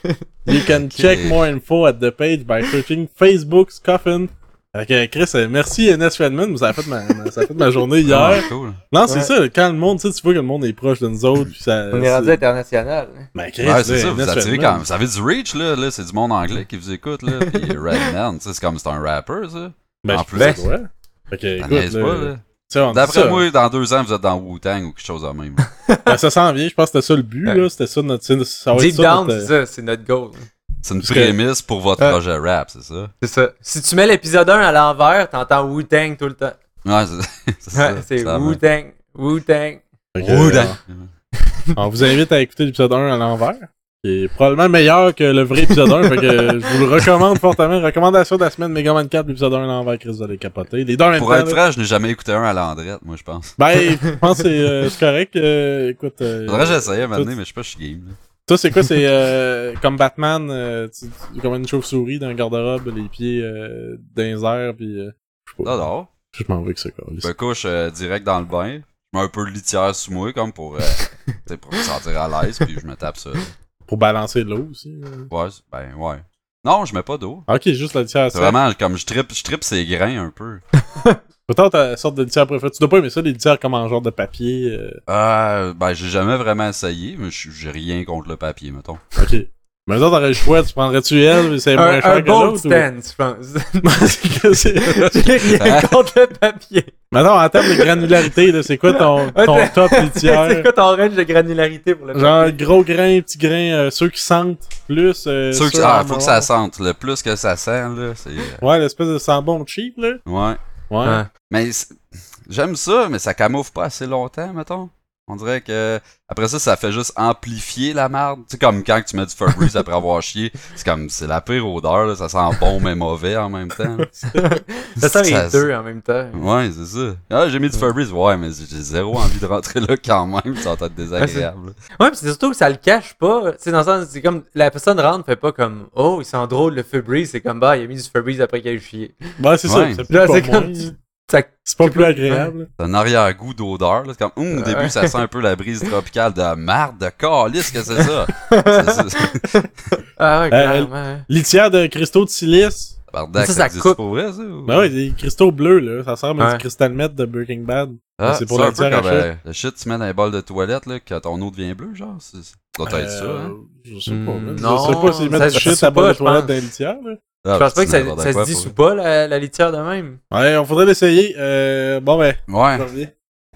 You can check more info at the page by searching Facebook's Coffin. Fait que, Chris, euh, merci NS Redman, ça a fait ma, ma- ça a fait ma journée hier.
Ah, cool.
Non, c'est
Ouais.
ça, quand le monde, tu sais, tu vois que le monde est proche de nous autres, puis ça.
On est
c'est-
rendu international.
Ben, Chris,
Ouais, c'est ça, vous
naturellement.
attirez quand même. Vous avez du reach, là. là c'est du monde anglais qui vous écoute, là. Puis Redman, tu sais, c'est comme c'est un rapper, ça.
Ben,
En
je
plus,
pense
ben,
que ouais. Fait que,
T'en
écoute,
niaises
là,
pas, là.
tu sais, on dit
D'après
ça.
moi, dans deux ans, vous êtes dans Wu-Tang ou quelque chose de même.
Ben, ça s'en vient, je pense que c'était ça le but,
Ouais.
là. C'était ça notre. tu sais, Ça va être
Deep
Ah ça,
down,
notre-
c'est ça, c'est notre goal.
C'est une
Parce que- Euh.
prémisse pour votre
Ouais.
projet rap, c'est ça?
C'est ça. Si tu mets l'épisode 1 à l'envers, t'entends Wu-Tang tout le temps.
Ouais, c'est c'est ça.
Ouais, c'est
la même.
Wu-Tang, Wu-Tang.
Fait que,
Wu-Tang.
euh, On vous invite à écouter l'épisode 1 à l'envers, qui est probablement meilleur que le vrai épisode 1, fait que euh, je vous le recommande fortement. Recommandation de la semaine Megaman 4, l'épisode 1 à l'envers, Chris, vous allez capoter. Les deux en même
Pour
temps,
être
là.
franc, je n'ai jamais écouté un à l'Andrette, moi, je pense.
Ben, je pense que c'est euh, c'est correct. euh, écoute. euh,
Faudrait que j'essaye à un moment
tout-
donné, mais je sais pas, je suis game. là.
Toi, c'est quoi? C'est euh, comme Batman, euh, tu, tu- comme une chauve-souris dans un garde-robe, les pieds euh, dans les airs, puis... euh, je sais
Non,
pas.
non.
Je m'en vais que ça, quoi.
Je me couche euh, direct dans le bain. Je mets un peu de litière sous moi, comme pour, euh, tu sais, pour me sentir à l'aise, puis je me tape ça.
Pour balancer de l'eau aussi. là.
Ouais, c'est- ben ouais. Non, je mets pas d'eau.
Ah, ok, juste la litière.
C'est
Vraiment...
vraiment comme je tripe, je tripe ses grains un peu.
Pourtant, ta sorte de litière préférée. Tu dois pas aimer ça, les litières comme en genre de papier. euh,
Euh, ben j'ai jamais vraiment essayé, mais je- j'ai rien contre le papier, mettons.
Ok. Mais eux autres, t'aurais le choix, tu prendrais-tu elle, mais c'est
Un,
moins
un
cher
bold
que l'autre. ou-
stance, je pense.
C'est que c'est-
J'ai rien
Ah.
contre le papier.
Maintenant, en termes de granularité, là, c'est quoi ton,
Ouais,
ton
c'est-
top
C'est
litière?
quoi ton range de granularité pour le
Genre
papier?
gros grain, petit grain, euh, ceux qui sentent plus. Euh,
Sûr que
ceux
ah,
en
faut que ça
noir.
sente. Le plus que ça sent, là, c'est.
Ouais, l'espèce de sambon cheap, là.
Ouais.
Ouais.
Ouais.
Mais c'est- j'aime ça, mais ça camoufle pas assez longtemps, mettons. On dirait que après ça, ça fait juste amplifier la marde. Tu sais, comme quand tu mets du Febreze après avoir chié, c'est comme c'est la pire odeur, là, ça sent bon mais mauvais en même temps. là.
Ça sent
Ça-
les deux en même temps.
Ouais, c'est ça. Ah, j'ai mis du Febreze, ouais, mais j'ai j'ai zéro envie de rentrer là quand même, ça va être désagréable.
Ouais, pis c'est surtout que ça le cache pas. Tu sais, dans le sens, c'est comme la personne rentre, fait pas comme Oh, il sent drôle le Febreze. C'est comme Bah, il a mis du Febreze après qu'il a eu chié.
Ouais, Bah, c'est
Ouais.
ça. C'est
Là,
pas,
c'est
moins-
comme. tu- Ça...
c'est pas
tu
plus
peux-
agréable.
C'est un arrière-goût d'odeur. là. C'est comme, hum, au début, ça sent un peu la brise tropicale de marde, de calice, que c'est ça. C'est- c'est-
Ah ouais,
Euh,
clairement. hein.
Litière de cristaux de silice.
Bardac,
Ça, ça
existe
coupe.
pour vrai, ça? ou-
Ben ouais, des cristaux bleus, là. Ça ressemble à
Ouais.
du cristal mètre de Breaking Bad.
Ah,
c'est pour
ça,
la
un peu
litière
comme
à
euh, le shit tu mets dans les balles de toilette, là, que ton eau devient bleue, genre. C'est, c'est- doit être ça, hein.
Euh, Je sais pas,
Hmm,
man.
non,
je sais pas s'ils
ça
mettent
se
du shit
dissout
à bas
pas,
de
je
toilette
pense.
dans les litières, là.
Ah,
Euh, Je pense pas
c'est
que ça,
n'importe
ça
quoi
se dit
pour-
sous pas la, la litière de même.
Ouais, on faudrait l'essayer. Euh, bon, ben,
Ouais.
je reviens.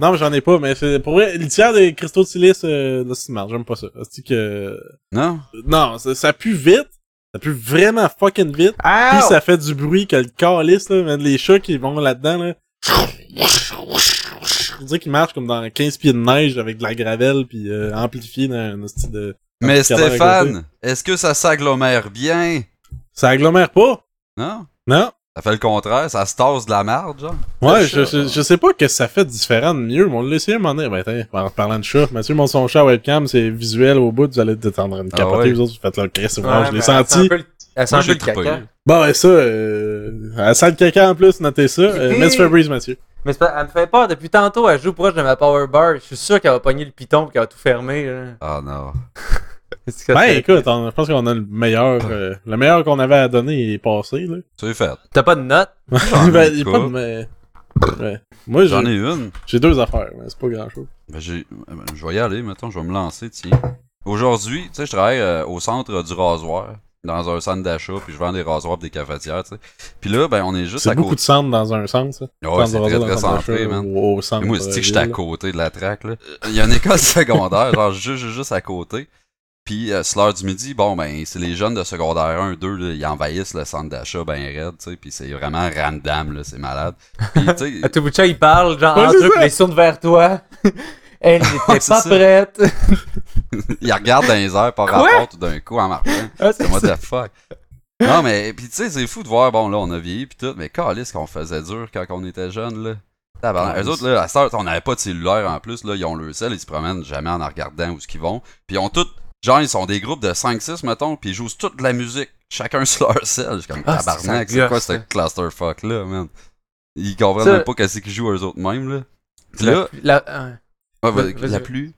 Non, mais j'en ai pas, mais c'est pour vrai, litière des cristaux de silice, euh, là, c'est marre, j'aime pas ça. C'est que...
Non?
Non, ça, ça pue vite. Ça pue vraiment fucking vite. Puis ça fait du bruit que le calice, là, man, les chats qui vont là-dedans, là. On dirait qu'ils marchent comme dans 15 pieds de neige avec de la gravelle puis euh, amplifié dans un style de...
Mais
petit cadre à
Stéphane, est-ce que ça s'agglomère bien?
Ça agglomère pas?
Non?
Non?
Ça fait le contraire, ça se tasse de la marde, genre.
Ouais,
Le chat,
je, je, je sais pas que ça fait différent de mieux, mais on l'a essayé un moment donné. Ben, attends, en parlant de chat, Mathieu monte son chat à webcam, c'est visuel au bout, vous allez être en train de
Ah
capoter,
ouais.
vous autres, vous faites là, Chris,
Ouais,
vraiment,
mais
je l'ai
elle sent un
senti.
peu le- Elle sent
Moi,
un peu
j'ai
le
trippé.
caca.
Bon, ouais, ça, euh, à la salle caca en plus, notez ça. Euh, Miss Fabrice, Mathieu.
Mais c'est pas- elle me fait peur depuis tantôt, elle joue proche de ma power bar. Je suis sûr qu'elle va pogner le piton et qu'elle va tout fermer. là.
Ah non.
Est-ce que
Ben,
c'est-
écoute, on- je pense qu'on a le meilleur, euh, le meilleur qu'on avait à donner est passé, là.
C'est fait.
T'as pas de notes?
J'en ai
Ben, j'ai
pas.
pas de- mais- ouais. Moi, j'ai
J'en ai une.
j'ai deux affaires, mais c'est pas grand chose.
Ben, j'ai... euh, ben, je vais y aller, mettons, je vais me lancer, tiens. Aujourd'hui, tu sais, je travaille euh, au centre du rasoir, dans un centre d'achat, puis je vends des rasoirs pis des cafetières, tu sais. Puis là, ben, on est juste
C'est
à
beaucoup de
côté.
centre dans un sens, ça.
Ouais, c'est très, très centré, man.
Au centre.
Mais moi, c'est que j'étais
euh,
à côté de la traque, là. Euh, Il y a une école secondaire, genre, juste, juste- juste à côté. Puis, euh, c'est l'heure du midi, bon, ben, c'est les jeunes de secondaire 1, 2, là, ils envahissent le centre d'achat, ben, raide, tu sais, puis c'est vraiment random, là, c'est malade. Puis, tu sais,
À tout bout de champ, il parle, genre,
Ouais,
en
c'est
truc,
ça.
mais il se tourne vers toi. Elle n'était
c'est
pas
ça.
prête.
il regarde dans les airs par
Quoi?
rapport tout d'un coup en marchant.
Ah, c'est
C'est what
ça.
the fuck. Non, mais, pis tu sais, c'est fou de voir, bon, là, on a vieilli pis tout, mais calisse qu'on faisait dur quand on était jeune, là. Tabarnak. Eux autres, là, à cette heure, on n'avait pas de cellulaire en plus, là, ils ont le sel, ils se promènent jamais en en regardant où ce qu'ils vont. Puis ils ont tous, genre, ils sont des groupes de 5-6, mettons, puis ils jouent toute la musique, chacun sur leur sel. Je suis comme,
Ah, c'est
tabarnak,
ça,
c'est quoi
gosse,
ce
ça.
clusterfuck-là, man? Ils comprennent
Ça-
même pas qu'est-ce qu'ils jouent eux autres mêmes, là. Puis là,
La- la- ouais.
ah, bah,
vas-y.
la pluie.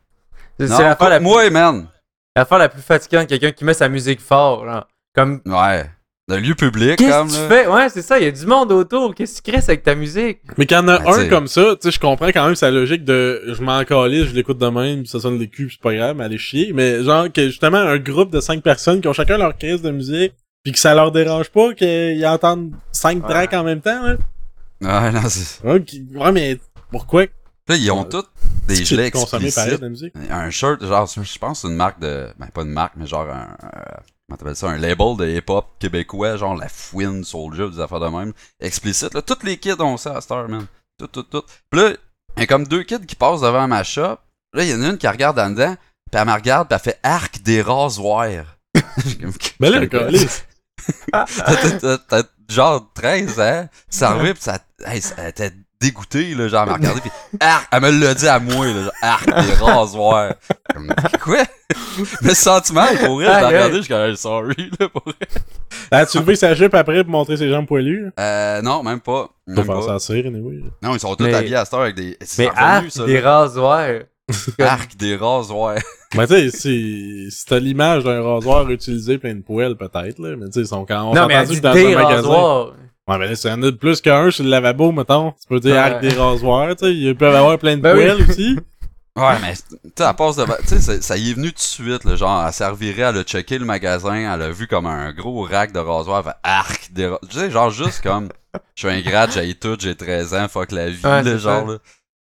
C'est
Non,
c'est l'affaire la,
moi, man!
l'affaire la plus fatigante, quelqu'un qui met sa musique fort. genre. Comme,
Ouais. Le lieu public,
qu'est-ce
comme,
que tu
là.
fais? Ouais, c'est ça, il y a du monde autour. Qu'est-ce que tu crées avec ta musique?
Mais quand il y en a
Ben,
un
t'sais.
comme ça, tu sais, je comprends quand même sa logique de je m'en calisse, je l'écoute de même, puis ça sonne les culs, pis c'est pas grave, mais allez chier. Mais genre que justement un groupe de cinq personnes qui ont chacun leur crise de musique, puis que ça leur dérange pas qu'ils entendent cinq
Ouais.
tracks en même temps, là.
Ouais, non, c'est...
Ouais, qui- ouais, mais pourquoi
Là, ils ont
Ouais.
tous des
tu
gilets
veux consommer pareil
explicites.
de la musique?
Un shirt, genre, je pense que c'est une marque de... Ben, pas une marque, mais genre un... euh, Comment t'appelles ça? Un label de hip-hop québécois, genre la fouine, Soulja, des affaires de même. Explicite, là. Toutes les kids ont ça à cette heure, man. Tout, tout, tout. Puis là, il y a comme deux kids qui passent devant ma shop. Là, il y en a une qui regarde en dedans, puis elle me regarde, puis elle fait « Arc des rasoirs! »
Ben là, calisse.
T'as- t'as- t'as- t'as genre 13 ans, ça arrivait pis ça, hey, ça- elle était dégoûtée, là, genre, elle m'a regardé pis arc, elle me l'a dit à moi, là, genre, arc, des rasoirs. Comme, quoi? Mais sentiment, pour elle, j'ai
Aïe, aïe.
regardé, je suis comme, sorry, là, pour elle.
As-tu levé Ben, sa jupe après pour montrer ses jambes poilues? là?
Euh, non, même pas.
Faut
Même
faire
pas.
ça cire, anyway. là.
Non, ils sont tous
Mais-
habillés à cette heure avec des, c'est
Mais
revenu,
arc,
ça,
des
là.
rasoirs.
arc, des rasoirs.
Ben, tu sais, si, si t'as l'image d'un rasoir utilisé plein de poêles, peut-être, là. Mais tu sais, ils sont quand on
non, mais elle
s'entend-tu
dit
que dans
des
un magasin-
rasoirs.
Ouais, mais là, s'il y en a de plus qu'un sur le lavabo, mettons, tu peux dire
Ouais.
arc des rasoirs, tu sais, ils peuvent avoir plein de
Ben oui.
poêles aussi.
Ouais, mais, tu sais, elle passe devant, tu sais, ça- ça y est venu tout de suite, là, genre, elle servirait, elle a checké le magasin, elle a vu comme un gros rack de rasoir, elle fait arc des rasoirs. Tu sais, genre, juste comme, je suis ingrat, j'ai tout, j'ai 13 ans, fuck la vie,
Ouais,
là,
c'est
genre,
ça.
là.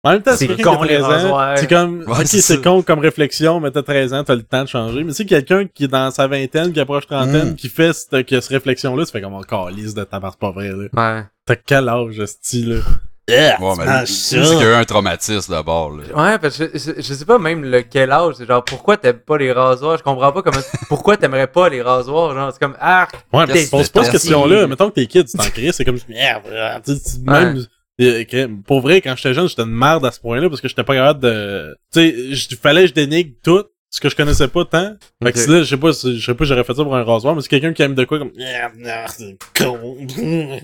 En même temps,
C'est
c'est
con, les
ans,
rasoirs.
c'est comme,
Ouais,
ok,
c'est ça.
c'est con comme réflexion, mais t'as 13 ans, t'as le temps de changer. Mais si quelqu'un qui est dans sa vingtaine, qui approche trentaine,
Mm.
qui fait cette, que cette réflexion-là, tu fais comme encore lisse de temps, c'est pas vrai, là.
Ouais.
T'as quel âge, style, là?
Ouais, mais
Ah,
lui,
ça.
c'est qu'il y a eu un traumatisme d'abord, là.
Ouais, parce que je, je- je sais pas même lequel âge. C'est genre, pourquoi t'aimes pas les rasoirs? Je comprends pas comment. pourquoi t'aimerais pas les rasoirs? Genre, c'est comme arc.
Ouais, mais
Qu'est-ce
tu poses
que
pas cette
t'as
question-là. Mettons que t'es kid, tu t'en crées, c'est comme, merde, euh, tu sais, tu- même, euh, que- pour vrai, quand j'étais jeune, j'étais une merde à ce point-là, parce que j'étais pas capable de, tu sais, il fallait que je dénigre tout, ce que je connaissais pas tant. Fait que
Ok.
si là, je sais pas, si- je sais pas, j'aurais fait ça pour un rasoir, mais c'est quelqu'un qui aime de quoi, comme, merde, non, c'est con.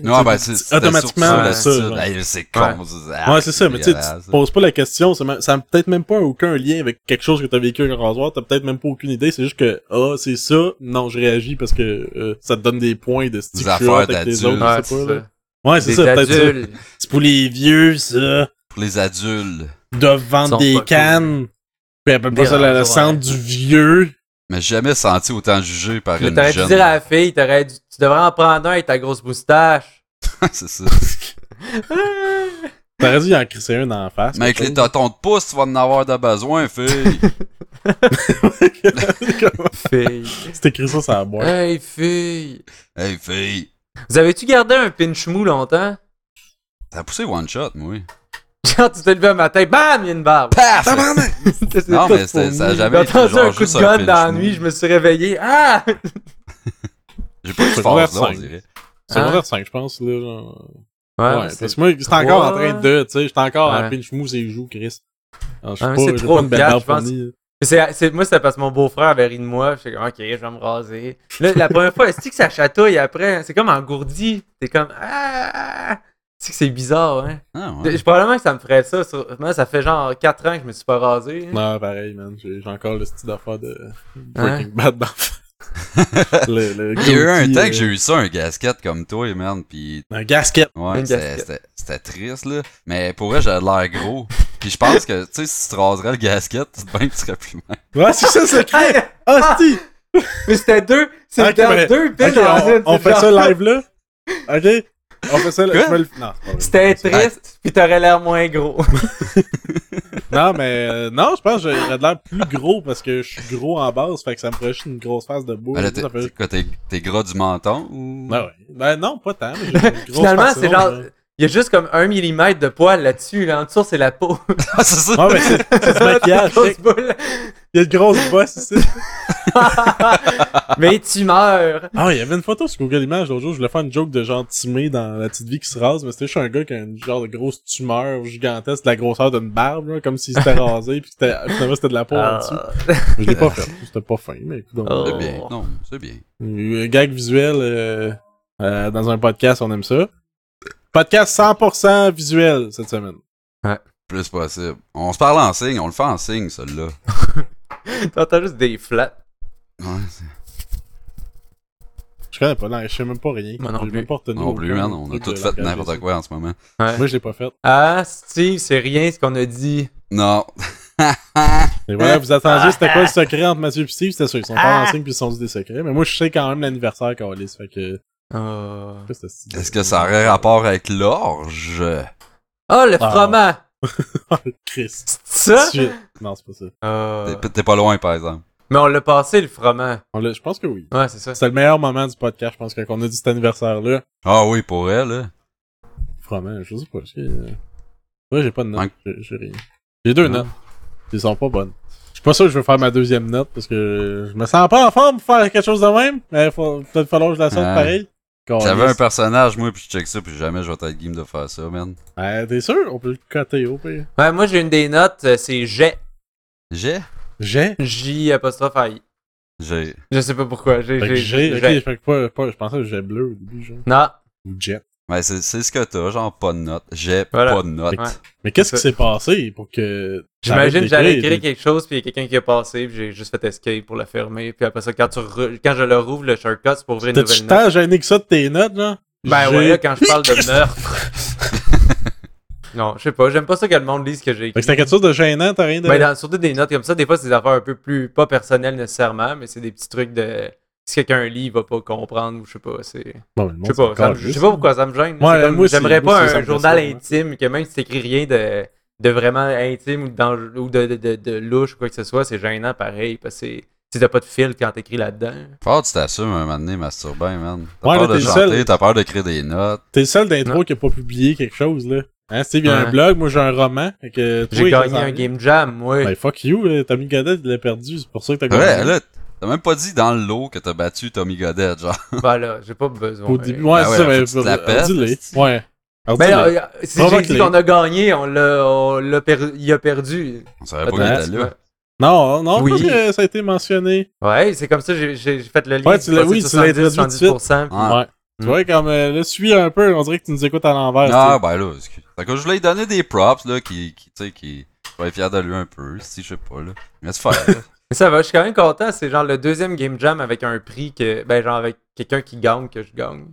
Non, ben, c'est, c'était
automatiquement,
surtout
ouais,
l'attitude.
ça, genre.
Hey, c'est con, c'est- arc,
Ouais, c'est ça, mais tu sais,
Ah, dégueulasse.
tu poses pas la question, ça m'a- ça n'a peut-être même pas aucun lien avec quelque chose que t'as vécu avec un rasoir, t'as peut-être même pas aucune idée, c'est juste que, ah, c'est ça, non, je réagis parce que euh, ça te donne des points de
Des
style
affaires
avec les
d'adultes.
autres,
Ouais,
je sais
c'est
pas, là.
ça.
Ouais, c'est
Des
ça, peut-être ça.
adultes.
C'est pour les vieux, ça.
Pour les adultes.
Ils doivent vendre
Sont
des
pas
cannes. Puis appelle pas
Des
ça la- le
rasoirs.
centre du vieux.
Mais j'ai jamais senti autant jugé par
Mais
une
T'aurais dû
jeune.
dire à la fille, t'aurais dû- tu devrais en prendre un avec ta grosse moustache.
c'est ça.
T'aurais dû y en crisser un en face.
Mais avec les
quelque
tontons de pouce, tu vas en avoir de besoin, fille.
chose.
fille.
C'est écrit ça sur la boîte.
Hey, fille.
hey, fille.
Vous avez-tu gardé un pinch mou longtemps?
Ça a poussé one shot, moi.
Genre, tu t'es levé un matin, bam, il y a une barbe.
Paf!
C'est
Non,
tout
mais
pour
c'était- ça a
moi.
jamais été
J'ai entendu
genre
un coup
juste un
de gun
pinch
dans la
mou.
nuit, je me suis réveillé. Ah!
J'ai pas eu de
C'est
phase là,
vrai,
on
cinq.
dirait.
C'est
Hein?
vrai, 5, je pense. Là, genre. Ouais,
c'est-
parce que moi, j'étais encore en
trois.
train de, tu sais, j'étais encore en
Ouais.
pinch mousse et joue, Chris. Alors, je
Ah, mais
sais
c'est
pas, j'ai
trois
pas une
ou
belle
quatre,
barbe
je pense.
fournie.
Mais c'est- c'est- moi, c'était parce que mon beau-frère avait ri de moi. J'étais comme, ok, je vais me raser. Là, la première fois, est-ce que ça chatouille après? hein? C'est comme engourdi. T'es comme, ah! C'est que c'est bizarre, hein?
Ah, ouais.
Je- Probablement que ça me ferait ça. sur- Moi, ça fait genre 4 ans que je me suis pas rasé. hein.
Non, pareil, man. J'ai j'ai encore le style d'affaire de
Hein?
Breaking Bad dans le, le
Il y a eu un
goatee,
temps
euh,
que j'ai eu ça, un gasket comme toi, man, pis
Un gasket.
ouais,
Une
c'était-
gasket.
c'était c'était triste, là. Mais pour vrai, j'avais l'air gros. Pis je pense que, tu sais, si tu te raserais le gasket, tu te ben, tu serais plus mal.
Ouais, c'est ça, c'est
Hey,
clair.
ah,
Hostie!
Ah! mais c'était deux, c'est
Ok,
dans
mais-
deux
Ok,
piles dans une,
on, on
c'est
fait
genre-
ça live là. Ok? On fait ça
Quoi?
live. Je me le... Non, c'est pas vrai.
C'était triste, puis t'aurais l'air moins gros.
Non, mais euh, non, je pense que j'aurais de l'air plus gros parce que je suis gros en base, fait que ça me ferait juste une grosse face de boule.
Ben là, t'es-
ça fait... Ah
t'es quoi, t'es t'es gras du menton ou.
Ben ouais. Ben non, pas tant, mais j'ai une grosse
Finalement,
face
c'est
ronde,
genre.
hein.
Il y a juste comme un millimètre de poil là-dessus. Là. En dessous, c'est la peau.
Ah, c'est ça.
Ouais, mais c'est c'est du maquillage.
Grosse boule.
Il y a de grosses bosses ici.
Mais tu meurs.
Ah, il y avait une photo sur Google Images l'autre jour, je voulais faire une joke de genre timé dans la petite vie qui se rase, mais c'était juste un gars qui a une genre de grosse tumeur gigantesque, de la grosseur d'une barbe, là, comme s'il s'était rasé, puis c'était- finalement c'était de la peau en dessous.
Ah.
Je l'ai pas fait, c'était pas fin, mais écoute. donc.
C'est
Oh.
bien. Non, c'est bien.
Un Gag visuel euh, euh, dans un podcast, on aime ça. Podcast 100% visuel cette semaine.
Plus possible. On se parle en signe, on le fait en signe, celui-là.
T'entends juste des flats.
Ouais, c'est-
Je connais pas, non, je sais même pas rien.
Moi non
Je l'ai
plus.
même pas retenu
non plus,
aucun
man. On a
truc
tout
de
fait
langage.
n'importe quoi en ce moment.
Moi, je l'ai pas fait.
Ah, Steve, c'est rien ce qu'on a dit.
Non.
Et voilà, vous attendiez, c'était quoi le secret entre Mathieu et Steve? C'était sûr, ils sont pas en signe puis ils se sont dit des secrets. Mais moi, je sais quand même l'anniversaire qu'on lise, fait que...
Oh,
Est-ce que ça aurait rapport avec l'orge?
Oh, le
Ah.
froment.
Chris.
Hein?
C'est ça?
Suite. Non, c'est pas ça.
Ah.
T'es- T'es pas loin, par exemple.
Mais on l'a passé, le froment.
On l'a- je pense que oui.
Ouais, c'est ça.
C'est le meilleur moment du podcast, je pense, quand on a dit cet anniversaire-là.
Ah oui, pour elle, là.
Vraiment, je sais pas. c'est- euh, Ouais, j'ai pas de notes.
Manque-
J'ai j'ai rien. J'ai deux notes. Ils sont pas bonnes. Je suis pas sûr que je veux faire ma deuxième note parce que je me sens pas en forme pour faire quelque chose de même. Mais faut peut-être falloir que je la sorte
Ah.
pareil.
J'avais un
Calisse.
personnage, moi, puis je check ça, puis jamais je vais être game de faire ça, man.
Ouais, T'es sûr? On peut le coter au pire.
Ouais, moi, j'ai une des notes, euh, c'est jet.
J'ai?
J'ai?
J apostrophe I.
J'ai.
Je sais pas pourquoi. J'ai.
Fait que
J'ai.
j'ai. Ok,
jet.
fait que pas, pas- je pensais que j'ai bleu au début, genre.
Non.
Ou jet.
Ouais, Ben, c'est c'est ce que t'as, genre pas de note. J'ai
Voilà.
pas de note.
Ouais.
Mais qu'est-ce
C'est
qui s'est passé pour que.
J'imagine que j'avais
j'allais
écrit quelque chose, puis il y a quelqu'un qui est passé, puis j'ai juste fait escape pour le fermer. Puis après ça, quand, tu re- quand je le rouvre, le shortcut, c'est pour ouvrir une
T'as-tu
nouvelle note.
tant gêné que ça de tes notes, genre?
Ben
J'ai-
ouais, là, quand je parle de meurtre. non, je sais pas. J'aime pas ça que le monde lise ce que j'ai
Fait que
écrit.
c'était quelque chose de gênant, t'as rien de.
Ben, dans- surtout des notes comme ça, des fois, c'est des affaires un peu plus. pas personnelles nécessairement, mais c'est des petits trucs de. Si quelqu'un lit, il va pas comprendre, ou je sais pas. c'est...
Bon, mais le monde
Je sais
s'en
pas, ça me-
calisse.
je sais pas pourquoi ça me gêne.
Ouais,
C'est comme-
moi aussi,
J'aimerais
moi
pas
aussi, ça
un
me
journal
fait ça, ouais.
intime que même si t'écris rien de, de vraiment intime ou, de dangereux- ou de, de, de- de louche ou quoi que ce soit, c'est gênant pareil parce que c'est- si t'as pas de fil quand t'écris là-dedans.
Fort, tu t'assumes un moment donné, Masturbin, man. T'as
Ouais,
peur
là,
de
t'es le
chanter,
seul.
t'as peur de créer des notes.
T'es le seul d'intro
Non.
qui a pas publié quelque chose, là. Hein, Steve, il y a
Ouais.
un blog, moi j'ai un roman. fait que toi,
J'ai
il
gagné
s'en
un
vient.
game jam, moi.
Ben fuck you, là. Tommy Godet, il l'a perdu, c'est pour ça que t'as gagné.
Ouais, là, t'as même pas dit dans le lot que t'as battu Tommy Godet, genre.
Voilà, j'ai pas besoin.
Au début, ouais,
Ah ouais,
c'est ça,
faut
mais.
que tu te la pètes,
Dis-le.
c'est-
Ouais. Alors,
Ben,
dis-le.
euh, si j'ai dit
Provoque-les.
qu'on a gagné, on l'a, on l'a per- il a perdu.
On savait pas qu'il
Peut-être.
était là.
Non, non,
Oui.
parce que ça a été mentionné.
Ouais, c'est comme ça, j'ai, j'ai- j'ai fait le lien.
Ouais, tu l'as-
passé
oui,
de
tu l'as
70,
introduit tout de suite.
70%, puis-
Ah.
Ouais. Tu vois, comme euh, là, suis un peu, on dirait que tu nous écoutes à l'envers.
Ah,
tu
ben là, excuse. Fait que je voulais lui donner des props, là, qui, qui tu sais, qui. Je vais être fier de lui un peu, si je sais pas, là. Laisse faire, là.
Mais ça va, je suis quand même content. C'est genre le deuxième game jam avec un prix que. Ben, genre avec quelqu'un qui gagne que je gagne.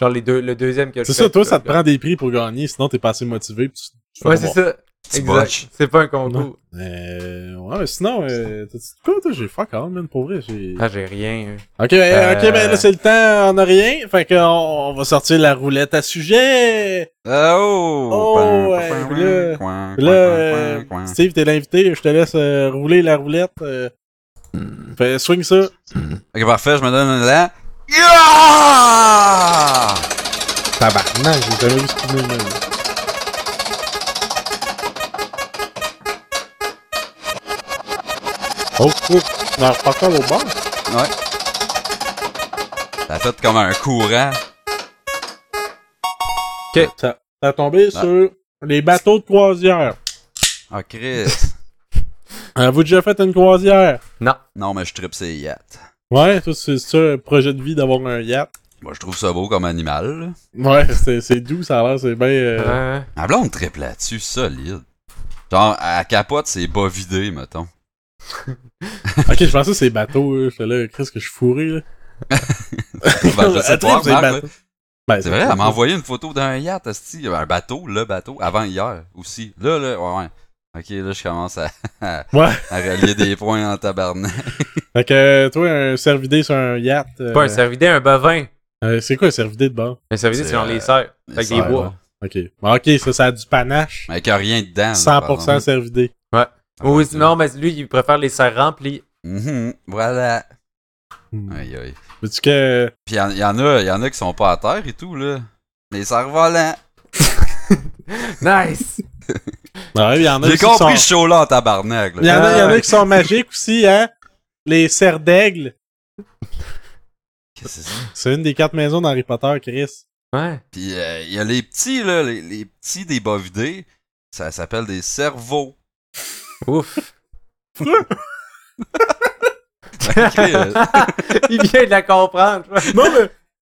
Genre les deux, le deuxième que je
sais. C'est
fais
ça, toi,
que
ça
je
te
gagne.
prend des prix pour gagner, sinon t'es pas assez motivé. Pis tu, tu fais
Ouais,
pas
c'est
bon.
ça.
Petit botch.
Exact. C'est pas un concours.
Euh, ouais, mais sinon, euh, t'as dit de quoi, toi? J'ai fuck all, man, pour vrai, j'ai...
Ah, j'ai rien.
Ok, euh, ok,
Euh.
ben là, c'est le temps, on a rien, fait qu'on on va sortir la roulette à sujet!
Ah, oh!
Oh, ouais, puis là- Puis Là, euh, Steve, t'es l'invité, je te laisse euh, rouler la roulette. euh. Fait, swing ça.
Ok, parfait, je me donne là. Yeah!
Tabarnak, j'ai jamais vu ce qu'il même. Oh, oh, non, pas encore au bord.
Ouais. T'as fait comme un courant.
Ça, ça a tombé
Ah.
sur les bateaux de croisière.
Ah, Chris.
Avez-vous déjà fait une croisière?
non, mais je tripe ses yachts.
Ouais, toi, c'est ça, un projet de vie d'avoir un yacht.
Moi, je trouve ça beau comme animal. là.
Ouais, c'est c'est doux, ça a l'air, c'est bien.
euh.
euh,
Ouais.
Ma blonde tripe là-dessus, solide. Genre, à capote, c'est pas vidé, mettons.
Ok, je pensais que c'est bateau, là. J'étais là, Chris, que je suis fourré, là.
Ben, je sais
Attends,
pas,
c'est
Marc,
bateau.
là.
Ben,
C'est vrai, elle
pas-
m'a envoyé une photo d'un yacht, asti. Un bateau, le bateau, avant hier aussi. Là, là, ouais, ouais. Ok, là, je commence à,
Ouais.
à relier des points en tabarnak.
Fait que, toi, un cervidé sur un yacht. euh,
Pas un cervidé, un bovin.
euh, c'est quoi un cervidé de bord?
Un cervidé,
C'est,
c'est genre
euh,
les serres.
les
Avec des
serres,
bois.
ouais.
Ok. Bon, ok, ça, ça a du panache.
Mais avec rien dedans. là,
100%
pardon.
cervidé.
Oui, oui, non, mais lui, il préfère les serres remplies.
Mhm, voilà.
Hmm.
Aïe, aïe.
Veux-tu que.
Puis il y, en a, y en a qui sont pas à terre et tout, là. Les cerfs-volants.
nice!
Ouais, il y en a
J'ai
qui
compris
sont-
ce show-là en tabarnak.
Il y
Là.
en a, il y en
Ah.
a qui sont magiques aussi, hein? Les serres d'aigle.
Qu'est-ce que c'est ça?
C'est une des quatre maisons d'Harry Potter, Chris.
Ouais.
Puis euh, il y a les petits, là, les, les petits des bovidés. Ça s'appelle des cerveaux.
Ouf.
Ok, euh,
Il vient de la comprendre. tu vois.
Non, mais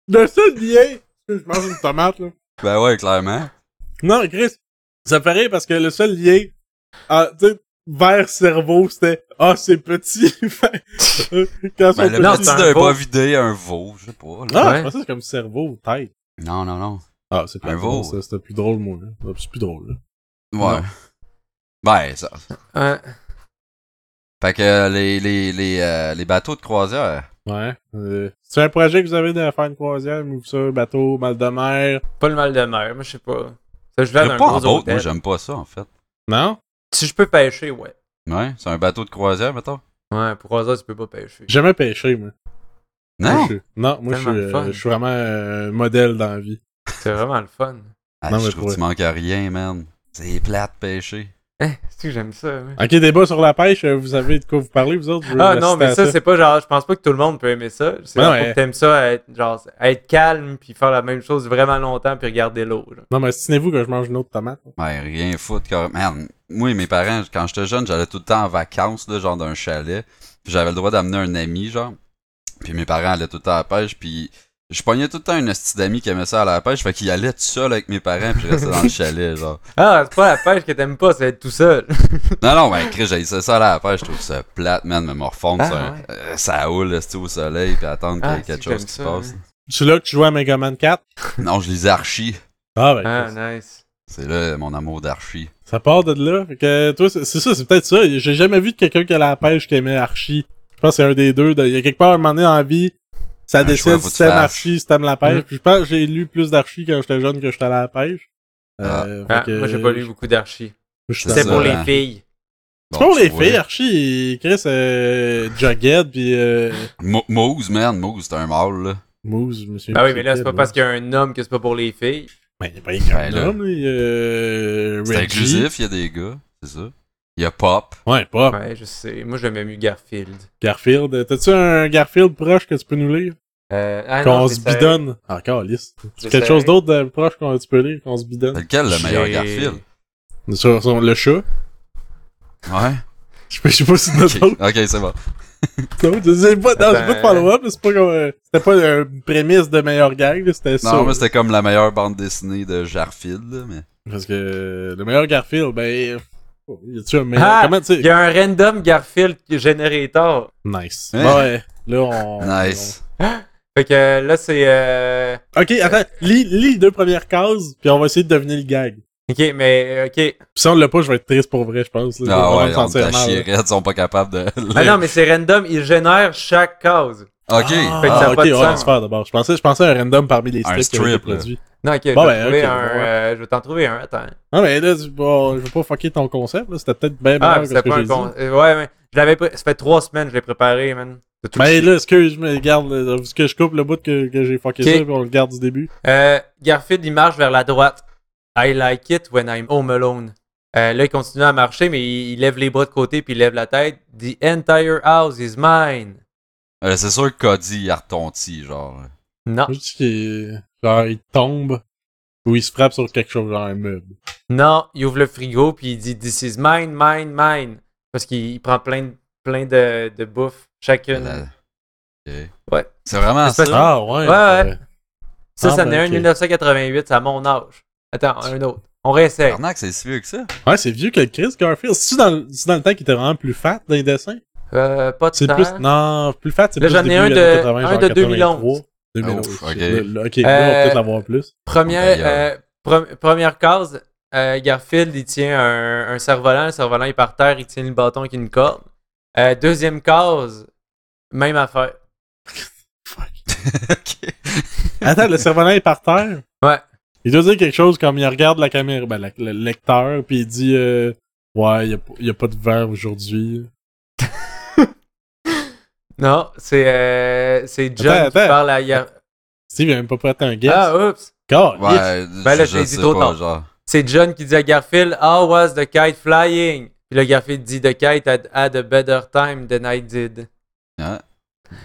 le seul lien... Je mange une tomate, là.
ben ouais, clairement.
Non, Chris, ça me fait rire parce que le seul lien ah, tu sais, vers cerveau, c'était « Ah, c'est petit! » Quand ils sont
Ben, le
Non,
petits-
petit
c'est un
d'un
veau.
bovidé, un veau, je sais pas. là.
Ah,
Ouais.
je pensais que c'est comme cerveau, tête.
Non, non, non.
Ah, c'est
Un
pas
veau.
drôle, ça. C'était plus drôle, moi. là. Ah, C'est plus drôle, là.
Ouais. Ben, ça.
Ouais.
Fait que euh, les, les, les, euh, les bateaux de croisière.
Ouais. Euh, c'est un projet que vous avez de faire une croisière, ou ça, bateau, mal de mer.
Pas le mal de mer, moi je sais pas. Ça, je vais
Je
dans un
pas en
gros
boat, moi
hôtel.
j'aime pas ça en fait.
Non?
si je peux pêcher, ouais.
Ouais, c'est un bateau de croisière, mettons.
Ouais, pour ça, tu peux pas pêcher.
J'ai Jamais pêché, moi. Moi,
Non?
je suis- Non, moi, je suis,
Tellement le fun.
euh, je suis vraiment euh, modèle dans la vie.
C'est vraiment le fun.
Ah,
Non,
je
mais
trouve
pour
que tu manques à rien, man. C'est plate pêcher.
Hein, c'est que j'aime ça. ouais.
Ok, débat sur la pêche, euh, vous savez de quoi vous parlez, vous autres? Je veux
Ah
assister
non, mais
à
ça, c'est pas genre. Je pense pas que tout le monde peut aimer ça. C'est
Ben
genre
ouais.
que t'aimes ça, être, genre, être calme, puis faire la même chose vraiment longtemps, puis regarder l'eau. là.
Non, mais assinez-vous que je mange une autre tomate.
Ouais, rien foutre. Car... Man, moi et mes parents, quand j'étais jeune, j'allais tout le temps en vacances, là, genre d'un chalet. Puis j'avais le droit d'amener un ami, genre. Puis mes parents allaient tout le temps à la pêche. Puis je pognais tout le temps une hostie d'amis qui aimait ça à la pêche. Fait qu'il allait tout seul avec mes parents, puis je restais dans le chalet, genre.
Ah, c'est pas la pêche que t'aimes pas, c'est être tout seul.
Non, non, ben, Chris, j'ai ça à la pêche. Je trouve ça plate, man, me morfondre
Ah,
sur un-
ouais.
euh, ça houle, là, c'est-tu, au soleil, puis attendre qu'il
Ah,
y ait quelque
c'est que
chose qui se
j'aime ça,
passe.
C'est là que tu joues à Megaman 4?
Non, je lisais Archie.
Ah, ben,
Ah,
Chris.
nice.
C'est là mon amour d'Archie.
ça part de là. Fait que, toi, c'est c'est ça, c'est peut-être ça. J'ai jamais vu de quelqu'un qui a la pêche qui aimait Archie. Je pense que c'est un des deux. de- Il y a quelque part, à un moment donné, dans la vie, ça
Un choix,
décide
faut que
si
tu
t'aimes
fasses.
Archie, si t'aimes la
Mm.
pêche. Puis je pense que j'ai lu plus d'Archie quand j'étais jeune que j'étais à la pêche. Euh, fait
Ah,
que-
moi, j'ai pas lu beaucoup d'archi.
je
C'est
suis
C'était
ça,
dans-
pour
hein.
les filles.
Bon,
C'est pour
tu
les
vois.
filles, Archie, Chris, euh, Jughead, puis euh,
Mo- Moose, man, Moose, c'est un mâle, là.
Moose, monsieur.
Ah oui, mais là, c'est pas parce qu'il y a un homme que c'est pas pour les filles.
Ben, il y a pas rien
Ben, là.
qu'un homme, là, il y a, euh,
C'est
Reggie.
inclusif, il y a des gars, c'est ça. Il y a Pop.
Ouais, pas.
Ouais, je sais. Moi, j'aimais mieux Garfield.
Garfield. T'as-tu un Garfield proche que tu peux nous lire?
Euh, ah, non,
qu'on
c'est
se
sérieux.
bidonne. Ah, Encore, lisse.
C'est sérieux.
Quelque chose d'autre de proche qu'on tu peux lire, qu'on se bidonne.
C'est lequel le meilleur
J'ai-
Garfield?
Sur, sur le chat.
Ouais.
Je sais- je sais pas si
Ok,
notre autre.
Ok, c'est bon.
Non, je sais pas, non, j'ai pas de
Attends.
follow-up, mais c'est pas comme, euh, c'était pas euh, une prémisse de meilleur gag, là, c'était ça.
Non, mais c'était comme la meilleure bande dessinée de Garfield, là, mais.
Parce que euh, le meilleur Garfield, ben, euh, y a-tu un meilleur,
Ah!
comment tu sais?
Il y a un random Garfield Generator.
Nice.
Hein?
Bon, ouais. Là, on.
Nice.
Fait que là, c'est. euh,
on- Ok, attends. Lis, lis les deux premières cases, puis on va essayer de deviner le gag. Puis
Ok, mais. euh, Ok.
si on l'a pas, je vais être triste pour vrai, je pense. là. Je vais
Ah
vraiment
ouais,
me
on
sentir
t'a
mal,
chié,
là.
ils sont pas capables de.
Ah non, mais c'est random, il génère chaque case.
Ok.
Fait que
Ah,
ça a
ok,
pas de
ouais,
sens.
on se fait d'abord. Je pensais, je pensais à un random parmi les
Un
strips qui avaient été
strip, là.
produits.
Non, ok, je vais
Bon,
t'en
ben,
trouver
ok,
un.
ouais.
euh, je vais t'en trouver un, attends.
Ah, mais là, tu- bon, je vais pas fucker ton concept, là. C'était peut-être bien
Ah,
meilleur
mais
que ce
c'était
que
pas
j'ai
un con.
dit.
euh, Ouais, ouais. Je l'avais pré- Ça fait trois semaines que je l'ai préparé, man. C'est tout
Mais
chier.
là, excuse, mais regarde, là, parce que je coupe le bout que, que j'ai fucké
Ok.
ça, puis on le garde du début.
Euh, Garfield, il marche vers la droite. I like it when I'm home alone. Euh, là, il continue à marcher, mais il, il lève les bras de côté puis il lève la tête. The entire house is mine.
Euh, c'est sûr que Cody, il a retonti, genre.
Non,
Juste qu'il, genre, il tombe, ou il se frappe sur quelque chose, genre un meuble.
non, il ouvre le frigo puis il dit This is mine, mine, mine. Parce qu'il il prend plein de, plein de, de bouffe, chacune.
La- Euh, Ok.
Ouais.
C'est vraiment
C'est parce-
ça.
Ah, ouais.
Ouais, ouais.
euh,
Ça,
Ah,
ça
ben,
en est un
ok.
1988, c'est à mon âge. Attends, un autre. On réessaye.
Tabarnak, c'est si vieux que ça.
Ouais, c'est vieux que Chris Garfield. C'est-tu dans, le- c'est dans le temps qu'il était vraiment plus fat dans les dessins?
Euh, pas de
C'est
temps.
plus. Non, plus fat, c'est
Là,
plus.
j'en ai
début
un
des
de-
années 80,
un
genre
de
83,
2011.
2011.
Ouf, ok.
Là, là, ok, là, on
Euh,
va peut-être l'avoir plus.
Bon,
Première, euh, pre- première case, euh, Garfield, il tient un, un cerf-volant. Le cerf-volant est par terre, il tient le bâton avec une corde. Euh, deuxième case, même affaire.
ok.
Attends, le cerf-volant est par terre.
Ouais.
Il doit dire quelque chose comme il regarde la caméra, ben, la- le lecteur, puis il dit euh, Ouais, il y a, p- y a pas de verre aujourd'hui.
Non, c'est euh, c'est John
Attends,
qui
attends.
parle à Gar-
Steve, il a même pas prêté un guess.
Ah, oups.
God, yes.
Ouais,
Ben là,
je
je l'ai
sais
dit trop
pas,
tard.
genre.
c'est John qui dit à Garfield, How was the kite flying? Puis là, Garfield dit, The kite had had a better time than I did.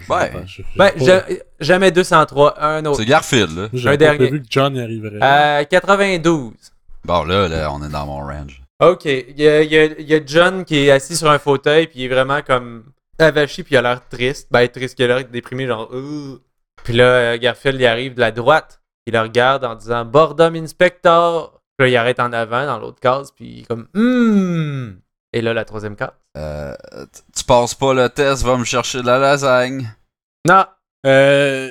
Ouais.
je-
Ben,
j'ai
ja-
pas-
jamais 203, un autre.
C'est Garfield, là.
j'avais
un
pas
dernier.
prévu que John y arriverait.
Euh, 92.
Bon, là, là, on est dans mon range.
Ok, il y a, il y a- il y a John qui est assis sur un fauteuil, puis il est vraiment comme avachi, puis il a l'air triste. Ben, triste, il a l'air déprimé, genre. Ugh. Puis là, euh, Garfield, il arrive de la droite. Il le regarde en disant Boredom Inspector. Puis là, il arrête en avant, dans l'autre case, puis il est comme Hum. Et là, la troisième case.
Euh, t- tu passes pas le test, va me chercher de la lasagne.
Non,
Euh,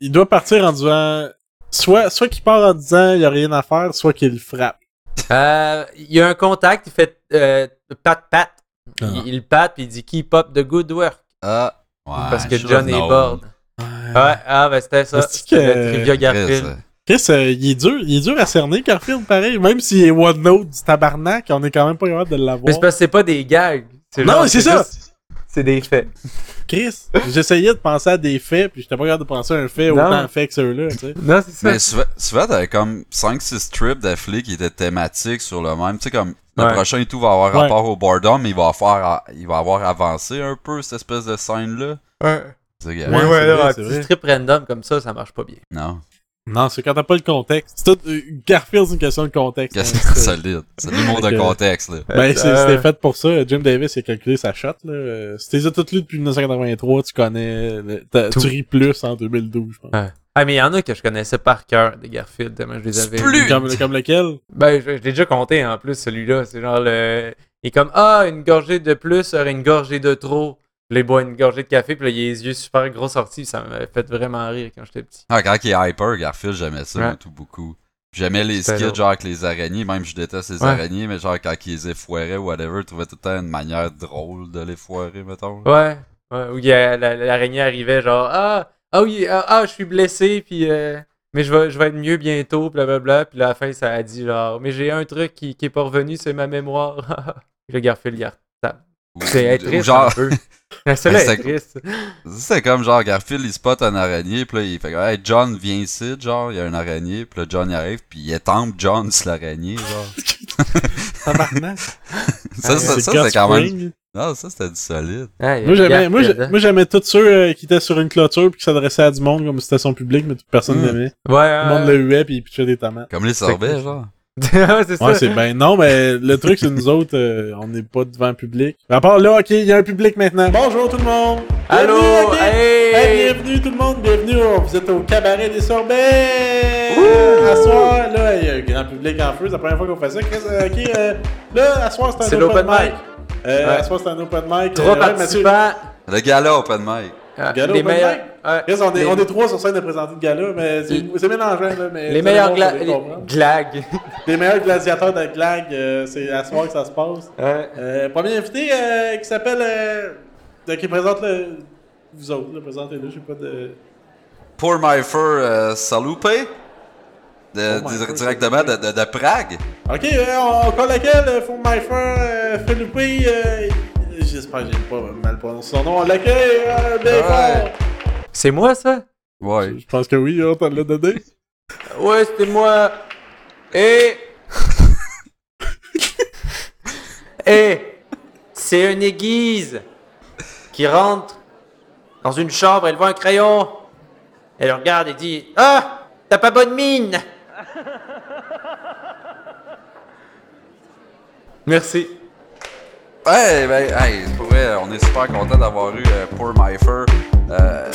il doit partir en disant. Soit, soit qu'il part en disant il n'y a rien à faire, soit qu'il le frappe.
Euh, il y a un contact, il fait euh, pat pat.
Ah.
Il, il pat, puis il dit Keep up the good work.
Ah. Ouais,
parce que
je
John est
l'avoue.
bored. Ouais, ah, ben c'était ça.
Est-ce
C'était
que-
le trivia
Chris,
Garfield.
euh,
Chris, euh, il, est dur, il est dur à cerner, Garfield, pareil. Même s'il est one note du tabarnak, on est quand même pas capable de
Mais
l'avoir.
c'est parce que c'est pas des gags.
Non,
genre,
mais c'est ça!
juste- C'est des faits.
Chris, j'essayais de penser à des faits, puis j'étais pas capable de penser à un fait
Non.
autant fait que ceux-là, tu sais.
Non, c'est ça.
Mais souvent, souvent, t'avais comme 5-6 trips d'afflés qui étaient thématiques sur le même. Tu sais, comme le
Ouais.
prochain et tout va avoir
Ouais.
rapport au boredom, mais il va, faire, il va avoir avancé un peu cette espèce de scène-là. Tu sais, il y a-
Ouais,
Ouais,
c'est
ouais,
vrai,
là, un
c'est
petit
vrai.
strip random comme ça, ça marche pas bien.
Non.
Non, c'est quand t'as pas le contexte. C'est tout- euh, Garfield, c'est une question de contexte.
Qu'est-ce
hein,
que c'est
c'est-
solide? C'est l'humour de
Ok.
contexte, là.
Ben, c'est-
Euh,
c'était fait pour ça. Jim Davis il a calculé sa shot. Là. Euh, Si t'es toutes lues depuis 1983, tu connais. le- t'as-
Tout.
Tu ris plus en 2012, je pense.
Ah, mais il y en a que je connaissais par cœur des Garfield, tellement je les avais.
Plus!
Comme, comme lequel
Ben, je, je l'ai déjà compté en plus, celui-là. C'est genre le. Il est comme Ah, une gorgée de plus serait une gorgée de trop. Puis là, il boit une gorgée de café, puis là, il a les yeux super gros sortis. Ça m'avait fait vraiment rire quand j'étais petit.
Ah, quand il est hyper, Garfield, j'aimais ça,
Ouais.
moi, tout beaucoup. Puis J'aimais les
C'était
skits,
drôle.
genre avec les araignées, même je déteste les
Ouais.
araignées, mais genre quand ils les effoiraient ou whatever, je trouvais tout le temps une manière drôle de les foirer, mettons.
Ouais. ouais où il y a- la- l'araignée arrivait, genre Ah, ah oui, ah, ah, je suis blessé, puis. euh, mais je vais, je vais être mieux bientôt, blablabla. Puis là, à la fin, ça a dit genre Mais j'ai un truc qui, qui est pas revenu, c'est ma mémoire. Puis le Garfield, il a-
Ou-
C'est être
ou
triste hein.
genre,
un peu. Celle-là
Ben,
est
c'est-
triste.
c'est comme genre Garfield, il spot un araignée, puis là, il fait comme, Hey, John, viens ici, genre, il y a un araignée, puis là, John, il arrive, puis il étampe John sur l'araignée, genre.
Tabarnak.
ça,
Ah,
ça,
C'est
ça,
Gus
c'est quand même...
Fring.
Non, ça, c'était du solide.
Ah, il y a
Moi, j'aimais-
Garfield,
Moi, j'ai-
hein.
moi, j'aimais tous ceux euh, qui étaient sur une clôture puis qui s'adressaient à du monde comme si c'était son public, mais personne
Mm.
n'aimait.
hein. Ouais,
Tout le monde
ouais.
le huait puis il pitchait des tomates.
Comme les sorbets, genre.
Ouais, c'est
Ouais,
ça.
c'est ben non, mais le truc, c'est nous autres, euh, on n'est pas devant le public. À part là, ok, il y a un public maintenant. Bonjour tout le monde!
Allô,
Bienvenue à Geek
hey!
Hey, bienvenue tout le monde, bienvenue, on- vous êtes au cabaret des sorbets! À soir, là, il y a un grand public en feu, c'est la première fois qu'on fait ça. Chris, euh, ok, euh, là, à soir, c'est
C'est
un open,
l'open
mic.
mic.
Euh,
Ouais.
À soir, c'est un open mic.
Trois
Euh, ouais, Mathieu,
participants.
Le gala open mic.
Ah,
Gala
les
open
meilleurs.
mic?
ouais,
Chris, on est,
les,
on est trois sur scène de présenter le gala, mais c'est
Les-
c'est mélangeant, là. Mais
les
tout
meilleurs
le monde,
gla-
vous allez comprendre.
les- glags.
Les meilleurs gladiateurs de Glag, euh, c'est à soir que ça se passe.
Ouais.
Euh, premier invité euh, qui s'appelle. euh, euh, qui présente le. Vous autres, là, présentez-le, j'ai pas de.
Pour My Fur euh, Salupe, de,
Pour My
dire-
Fur
directement de, de, de Prague.
Ok, euh, on, on colle laquelle euh, Pour My friend, euh, Philippe. euh, J'espère que j'ai pas mal prononcé son nom. On l'accueille, euh, bien
Ouais.
fort.
C'est moi, ça?
Ouais.
Je pense que oui, hein, on t'en l'a donné.
Ouais, c'était moi. Et. Et. C'est une aiguise qui rentre dans une chambre. Elle voit un crayon. Elle le regarde et dit Ah T'as pas bonne mine Merci.
Hey, ben, hey, c'est pour vrai, on est super content d'avoir eu euh, Pour My Fur euh,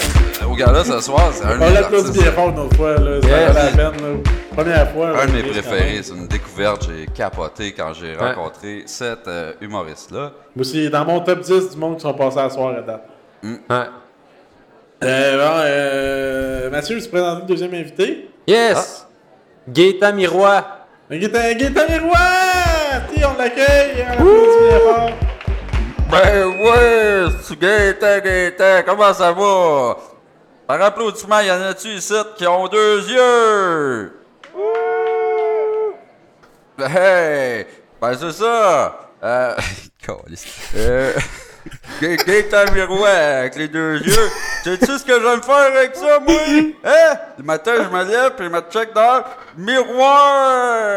au gala ce soir. C'est un,
On
des
l'applaudit
artistes-
bien fort une autre fois, là. Ça
Yes.
valait la peine, là. Première fois. euh,
un de
ouais,
mes
quand
préférés.
même.
C'est une découverte. J'ai capoté quand j'ai rencontré cet euh, humoriste-là.
Moi aussi, il est dans mon top 10 du monde qui sont passés à soir à date. Euh, bon, euh, Mathieu, tu présentes le deuxième invité.
Yes Ah. Gaëtan Miroir.
Guetta, Guetta Miroir! hein? Si, on l'accueille! hein, on l'applaudit bien fort.
Ben ouais, c'est Gaëtan, Gaëtan, comment ça va? Par applaudissement, y en a-tu ici qui ont deux yeux? ben Hey! Ben c'est ça! Euh. câlisse. Euh, Gaëtan Miroir avec les deux yeux. Sais-tu ce que je vais me faire avec ça, moi? Hein? Le matin, je me lève puis je me check dans le miroir.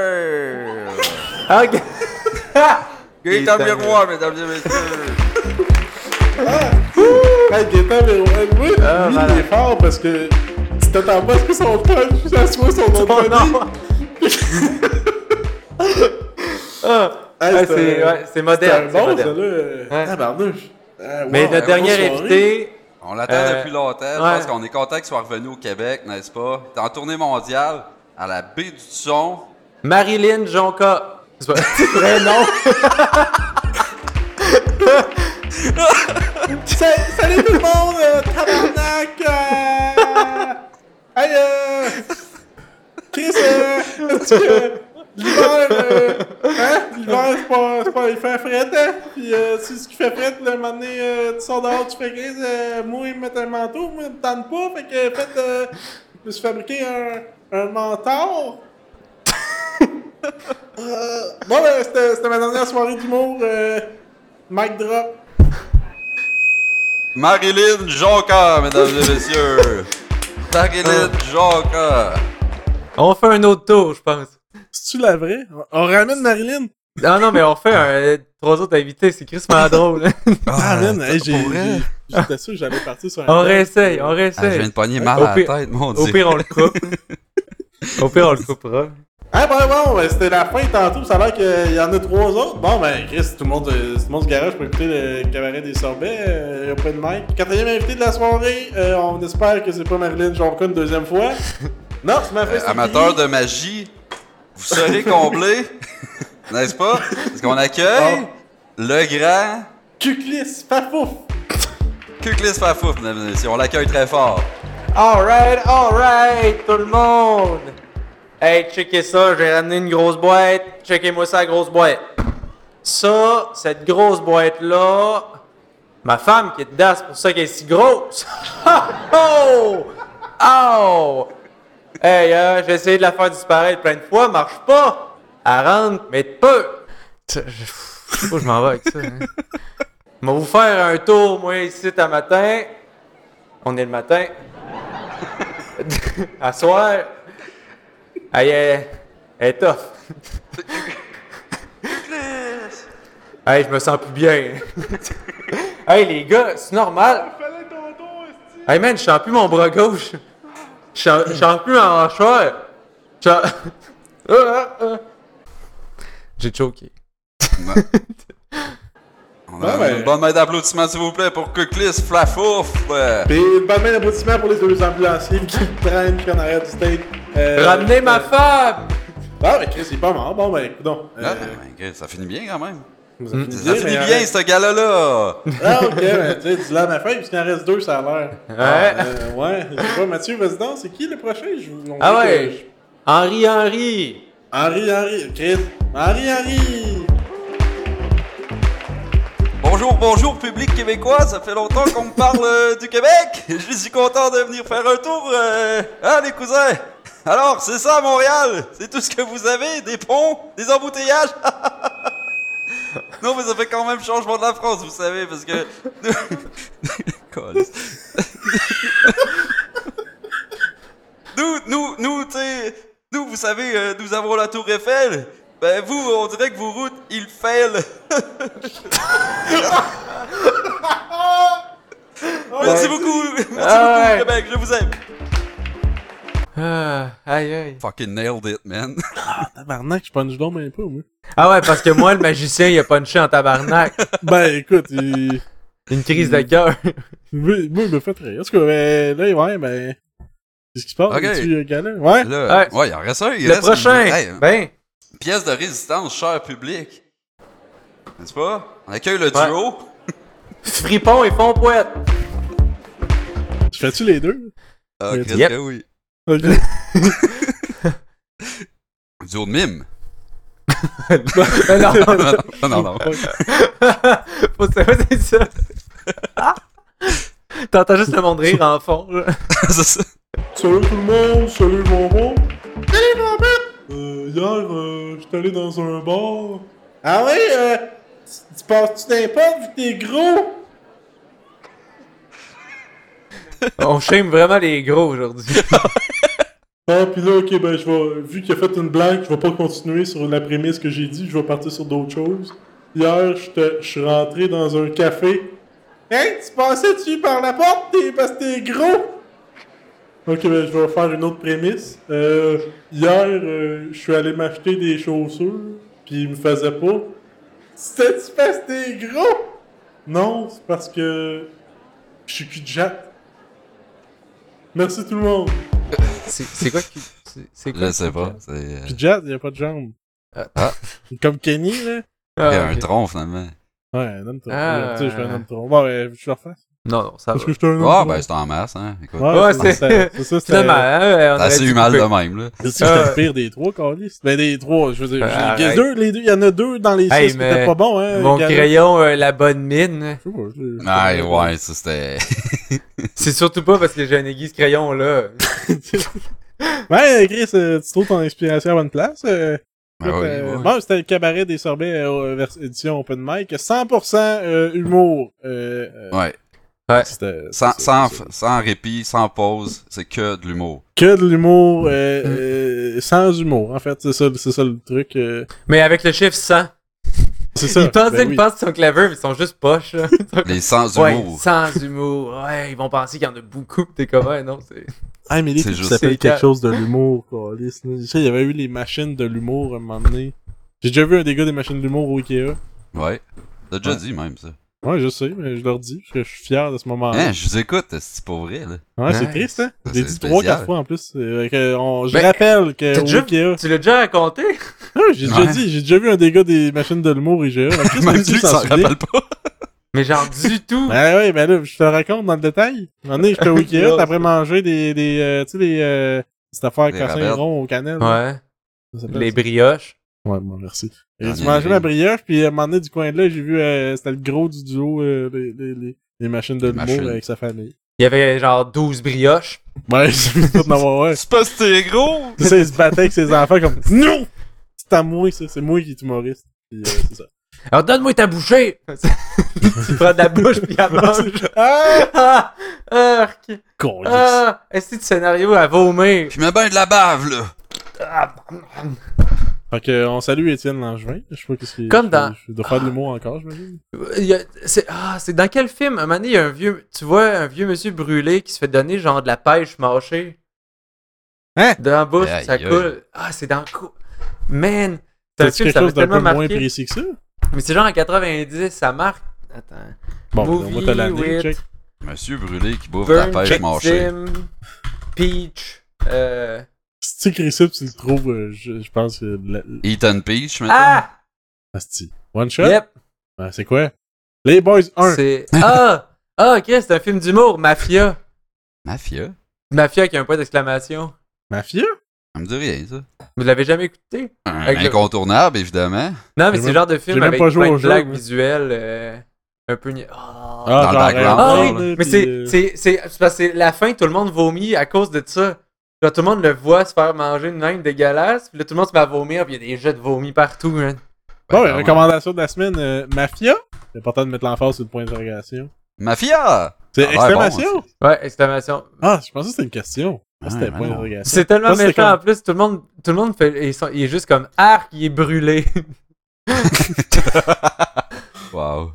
Ok.
Gaëtan Miroir, mesdames et messieurs.
Ah, Gaëtan, mais ouais, oui,
Ah,
lui,
malade.
il est fort parce que tu t'attends pas à ce que son punch, ça soit son nom de
Oh
famille.
non! Ah,
Ah,
ouais,
c'est-
c'est ouais, c'est
C'est un
moderne. c'est
bon, ça,
moderne.
là.
Ouais.
Ah, barnouche. Ah,
Mais notre
wow, bonne
dernier
soirée.
invité,
On l'attend
Euh,
depuis longtemps. Je
ouais.
pense qu'on est content qu'il soit revenu au Québec, n'est-ce pas? T'es en tournée mondiale, à la baie du son.
Marilyn Jonca. C'est pas- c'est vrai, non?
Salut tout le monde, euh, tabarnak! euh, Hey, euh, Chris, euh, est-ce que l'hiver, euh, hein? L'hiver, c'est pas, c'est pas, il fait fret, hein? Puis euh, si ce qui fait fret, là, un moment donné, euh, tu sors dehors, tu fais Chris, euh, moi, ils me mettent un manteau, moi, ils me tente pas, fait que, en fait, euh, je me suis fabriqué un, un mentor. Euh, bon, ben, c'était c'était ma dernière soirée d'humour, euh, mic drop.
Marilyn Jonca, mesdames et messieurs.
Euh.
Marilyn Jonca.
On fait un autre tour, je pense. Ah
C'est-tu la vraie? On ramène Marilyn?
Non, non, mais on fait un- trois autres invités, c'est crissement drôle.
Ah, man, hey, j'ai-
pour vrai?
j'ai- j'étais sûr que j'allais partir sur un...
On
thème.
réessaye, on
Ah, je viens
réessaye.
de pogner mal
Au
à la
pire-
tête, mon
Au
dieu.
pire, on le coupe. Au pire, on le coupera.
Ah, ben bon, ben, c'était la fin tantôt, ça a l'air qu'il y en a trois autres. Bon, ben, Chris, tout le monde, euh, tout le monde se garage pour écouter le cabaret des sorbets, euh, open mic. Quatrième invité de la soirée, euh, on espère que c'est pas Marilyn Jonca une deuxième fois. Non, c'est ma
Euh,
fête.
amateur de magie, vous serez comblés, n'est-ce pas? Parce qu'on accueille
Oh.
le grand
Cuclis, papouf!
Kuklis Fafouf, mesdames et messieurs. On l'accueille très fort.
Alright, alright, tout le monde! Hey, checkez ça, j'ai ramené une grosse boîte. Checkez-moi ça, grosse boîte. Ça, cette grosse boîte-là, ma femme qui est dedans, c'est pour ça qu'elle est si grosse. oh! Oh! Hey, euh, j'ai essayé de la faire disparaître plein de fois, marche pas! Elle rentre, mais de peu! Tu- je- Faut que je m'en vais avec ça. hein. Je vais vous faire un tour, moi, ici, à matin. On est le matin. à soir. Elle est, elle est tough. hey, je me sens plus bien. hey, les gars, c'est normal. Hey, man, je sens plus mon bras gauche. Je sens- je sens plus ma mâchoire. Je sens- Ah, ah, ah. J'ai choqué.
On
Ah,
a
ben.
une bonne main d'applaudissements, s'il vous plaît, pour Kuklis Fafouf. euh,
Puis une bonne main d'applaudissement pour les deux ambulanciers qui le prennent puis en arrière du steak. Euh,
Ramenez ma femme!
Ah, ben, Chris, il est pas mort. Bon, ben, écoute donc.
Ah, ben, ok, ça finit bien quand même. Mm. Ça
mais
finit bien,
arrête.
ce gars-là.
Ah, ok, ben, tu sais, dis la ma feuille, puisqu'il en reste deux, ça a l'air.
ah, Ouais.
Euh, ouais, je sais pas, Mathieu, vas-y donc, c'est qui le prochain? Je, on
Ah
dit que
ouais! Henri, Henri!
je- Henri, Henri, Chris, Henri, Henri!
Bonjour, bonjour, public québécois. Ça fait longtemps qu'on me parle euh, du Québec. Je suis content de venir faire un tour. euh, Hein, les cousins? Alors, c'est ça, Montréal. C'est tout ce que vous avez. Des ponts, des embouteillages. non, mais ça fait quand même changement de la France, vous savez, parce que... Colisse. nous, nous, nous, tu sais, nous, vous savez, euh, nous avons la tour Eiffel. Ben, vous, on dirait que vos routes, ils faillent. Merci beaucoup, merci
Ah ouais.
beaucoup, Québec, je vous aime.
Ah, aïe aïe.
Fucking nailed it, man.
Tabarnak, je punch donc même pas, moi.
Ah ouais, parce que moi, le magicien, il a punché en tabarnak.
Ben, écoute, il...
Une crise de cœur.
moi, moi, il me fait rire. En tout cas, ben, là, ouais, ben... Qu'est-ce qui se passe?
Ok.
Tu galère? Ouais?
Là,
Ouais.
ouais, il en reste un. Il
Le
reste
prochain!
Une, hey,
Ben,
une pièce de résistance, cher public. N'est-ce pas? On accueille le
Ouais.
duo.
fripon et fonpoète.
Tu fais-tu les deux?
Ah,
Yep.
Christ que oui.
Ok.
Duo de mime.
Mais Ben non,
non, non, non, non.
faut savoir, c'est ça. Ah. T'entends juste le monde rire en fond. là.
C'est ça.
Salut tout le monde, salut mon bon. Salut mon bon. Euh, hier, euh, j'étais allé dans un bar. Ah ouais, euh, tu tu passes-tu d'un pot vu que t'es gros?
On shame vraiment les gros aujourd'hui.
Ah, puis là, ok, ben, je vais, vu qu'il a fait une blague, je vais pas continuer sur la prémisse que j'ai dit, je vais partir sur d'autres choses. Hier, j'étais- je suis rentré dans un café. Hey, tu passais dessus par la porte t'es- parce que t'es gros? Ok, ben, je vais faire une autre prémisse. Euh, hier, euh, je suis allé m'acheter des chaussures, puis ils me faisaient pas. C'était-tu parce que t'es gros? Non, c'est parce que je suis cul de jatte. Merci tout le monde.
C'est- C'est quoi qui. c'est- c'est quoi
Je
qui-
sais pas. C'est euh,
Puis Jazz, il a pas de jambes.
Ah.
Comme Kenny, là.
Ah,
un
ok.
tronc finalement.
Ouais, un homme tronc.
Ah.
Tu sais, je fais un homme tronc. Bon, ouais, je le refais.
Non, non, ça va.
Parce que je suis un homme
Ah,
tronc.
ben c'est en masse, hein. Écoute,
Ouais, c'est-
c'est ça. C'est ça,
Finalement,
c'était.
hein, on
t'as
aurait
assez
dû
eu mal
couper.
de même, là.
C'est le pire des trois, Carlis. Ben, des trois, je veux dire.
Ah,
j'ai- les
arrête.
deux, les deux, il y en a deux dans les
Hey,
six qui
mais
étaient pas bons, hein.
Mon
Gary.
crayon, euh, la bonne mine.
Je sais pas, je- je-
Ouais, ouais, ça c'était.
C'est surtout pas parce que j'ai un aiguise crayon là.
Ouais, Chris, euh, tu trouves ton inspiration à bonne place. euh,
Ben oui,
euh,
ouais.
Bon, c'était le cabaret des sorbets euh, vers- édition Open Mic. 100% euh, humour. Euh, euh,
Ouais.
c'était-
Sans,
c'est-
sans,
c'est-
sans répit, sans pause, c'est que de l'humour.
que de l'humour
Hein?
euh, euh, sans humour en fait c'est ça c'est ça le truc euh,
Mais avec le chiffre 100.
c'est ça
ils pensent
ben
une
oui.
passe sur son clavier, mais ils sont juste poches. Là.
Les sans
ouais,
humour.
sans humour. Ouais, ils vont penser qu'il y en a beaucoup. pis T'es comment? Non, c'est.
ah mais les
C'est
trucs qui
juste-
s'appellent
c'est
quelque
que-
chose de l'humour quoi les- tu sais, il y avait eu les machines de l'humour à un moment donné j'ai déjà vu un des gars des machines de l'humour au Ikea
Ouais. T'as déjà
Ouais.
dit même ça.
ouais je sais mais je leur dis parce que je suis fier de ce moment là
Hein, je vous écoute, c'est pas vrai, là.
ouais c'est
Nice.
triste hein
Ça,
j'ai
c'est
dit trois quatre
spécial.
fois en plus euh, que on- je
Ben,
rappelle que
t'as
au
déjà-
Ikea
Tu l'as déjà raconté?
Ah, j'ai déjà
Ouais.
dit j'ai déjà vu un des gars des machines de l'humour au IGA Mais Chris,
Même
même
lui,
tu
il s'en
s'en souvient.
rappelle pas.
Mais genre du tout.
Ben ouais, ben là, je te raconte dans le détail. Un moment donné, j'étais au Ikea,
Non,
t'as après mangé des, des, euh, tu sais, des, euh, cette affaire
Des
cassin
rabettes.
rond au cannelle. là.
Ouais.
Ça s'appelle
Les
ça.
brioches.
Ouais, bon, merci.
Ah,
Et tu
bien
mangeais
bien.
ma brioche, puis à un moment donné, du coin de là, j'ai vu, euh, c'était le gros du duo, euh, les, les, les, les machines de
Les
l'humour
machines.
avec sa famille.
Il y avait genre 12 brioches.
Ouais, j'ai vu tout d'avoir, ouais.
C'est parce que t'es gros!
Tu sais, il se battait avec ses enfants comme, non! C'est à moi, ça, c'est moi qui est humoriste. Puis, euh, c'est ça.
Alors donne-moi ta bouchée! tu prends de la bouche pis elle mange. ah! Ah! Arc!
Con,
Ah! Est-ce que tu scénario à vomir?
Je mets bien de la bave, là!
Ah!
Ok, on salue Étienne Langevin. Je sais pas qu'est-ce qu'il
Comme dans-
Je, je dois faire de l'humour encore, j'imagine.
Il y a- c'est, ah, c'est dans quel film? Un moment donné, il y a un vieux. Tu vois un vieux monsieur brûlé qui se fait donner genre de la pêche mâchée.
Hein?
Dans la bouche,
Aïe,
ça
aïe.
coule. Ah, c'est dans. cou- Man! C'est un
T'as-tu
film,
quelque
ça m'a
chose d'un peu
tellement
moins
marqué.
précis que ça?
Mais c'est genre en 90, ça marque. Attends.
Bon,
Movie
on va te l'amener,
with-
check.
Monsieur brûlé qui bouffe de la
Burn,
pêche mâchée.
Victim, Peach. Euh...
Si tu écris ça, pis tu le trouves, euh, je, je pense que. La...
Eaton Peach, maintenant.
Ah!
Asti. One shot?
Yep!
Ah, c'est quoi? Les Boys 1.
C'est. Ah! Ah, ok, c'est un film d'humour, Mafia.
Mafia?
Mafia qui a un point d'exclamation.
Mafia?
Ça me dit rien, ça.
Vous l'avez jamais écouté?
Un
Avec le-
incontournable, évidemment.
Non, mais
J'ai
c'est
même-
le genre de
j'ai
film
même
avec
pas joué
plein
au
de
jeu,
blagues
moi.
visuelles. euh, un peu. ni- Ah.
Dans le background.
Ah
Iron
oui,
Man,
mais
puis,
c'est,
euh,
c'est, c'est, c'est parce que c'est la fin, tout le monde vomit à cause de ça. Là, tout le monde le voit se faire manger une même dégueulasse. Puis là, tout le monde se met à vomir. Puis il y a des jets de vomi partout, man.
Bon, ouais,
Ben,
recommandation de la semaine, euh, Mafia. C'est important de mettre l'emphase sur le point d'interrogation.
Mafia!
C'est
Ça a l'air
exclamation?
bon,
Ouais, exclamation.
ah, je pensais que c'était une question. Ah, c'était
Ouais,
point
non.
d'interrogation.
C'est tellement
Ça, c'est
méchant
comme-
en plus. Tout le monde, tout le monde fait, ils sont- il est juste comme arc, il est brûlé.
Wow.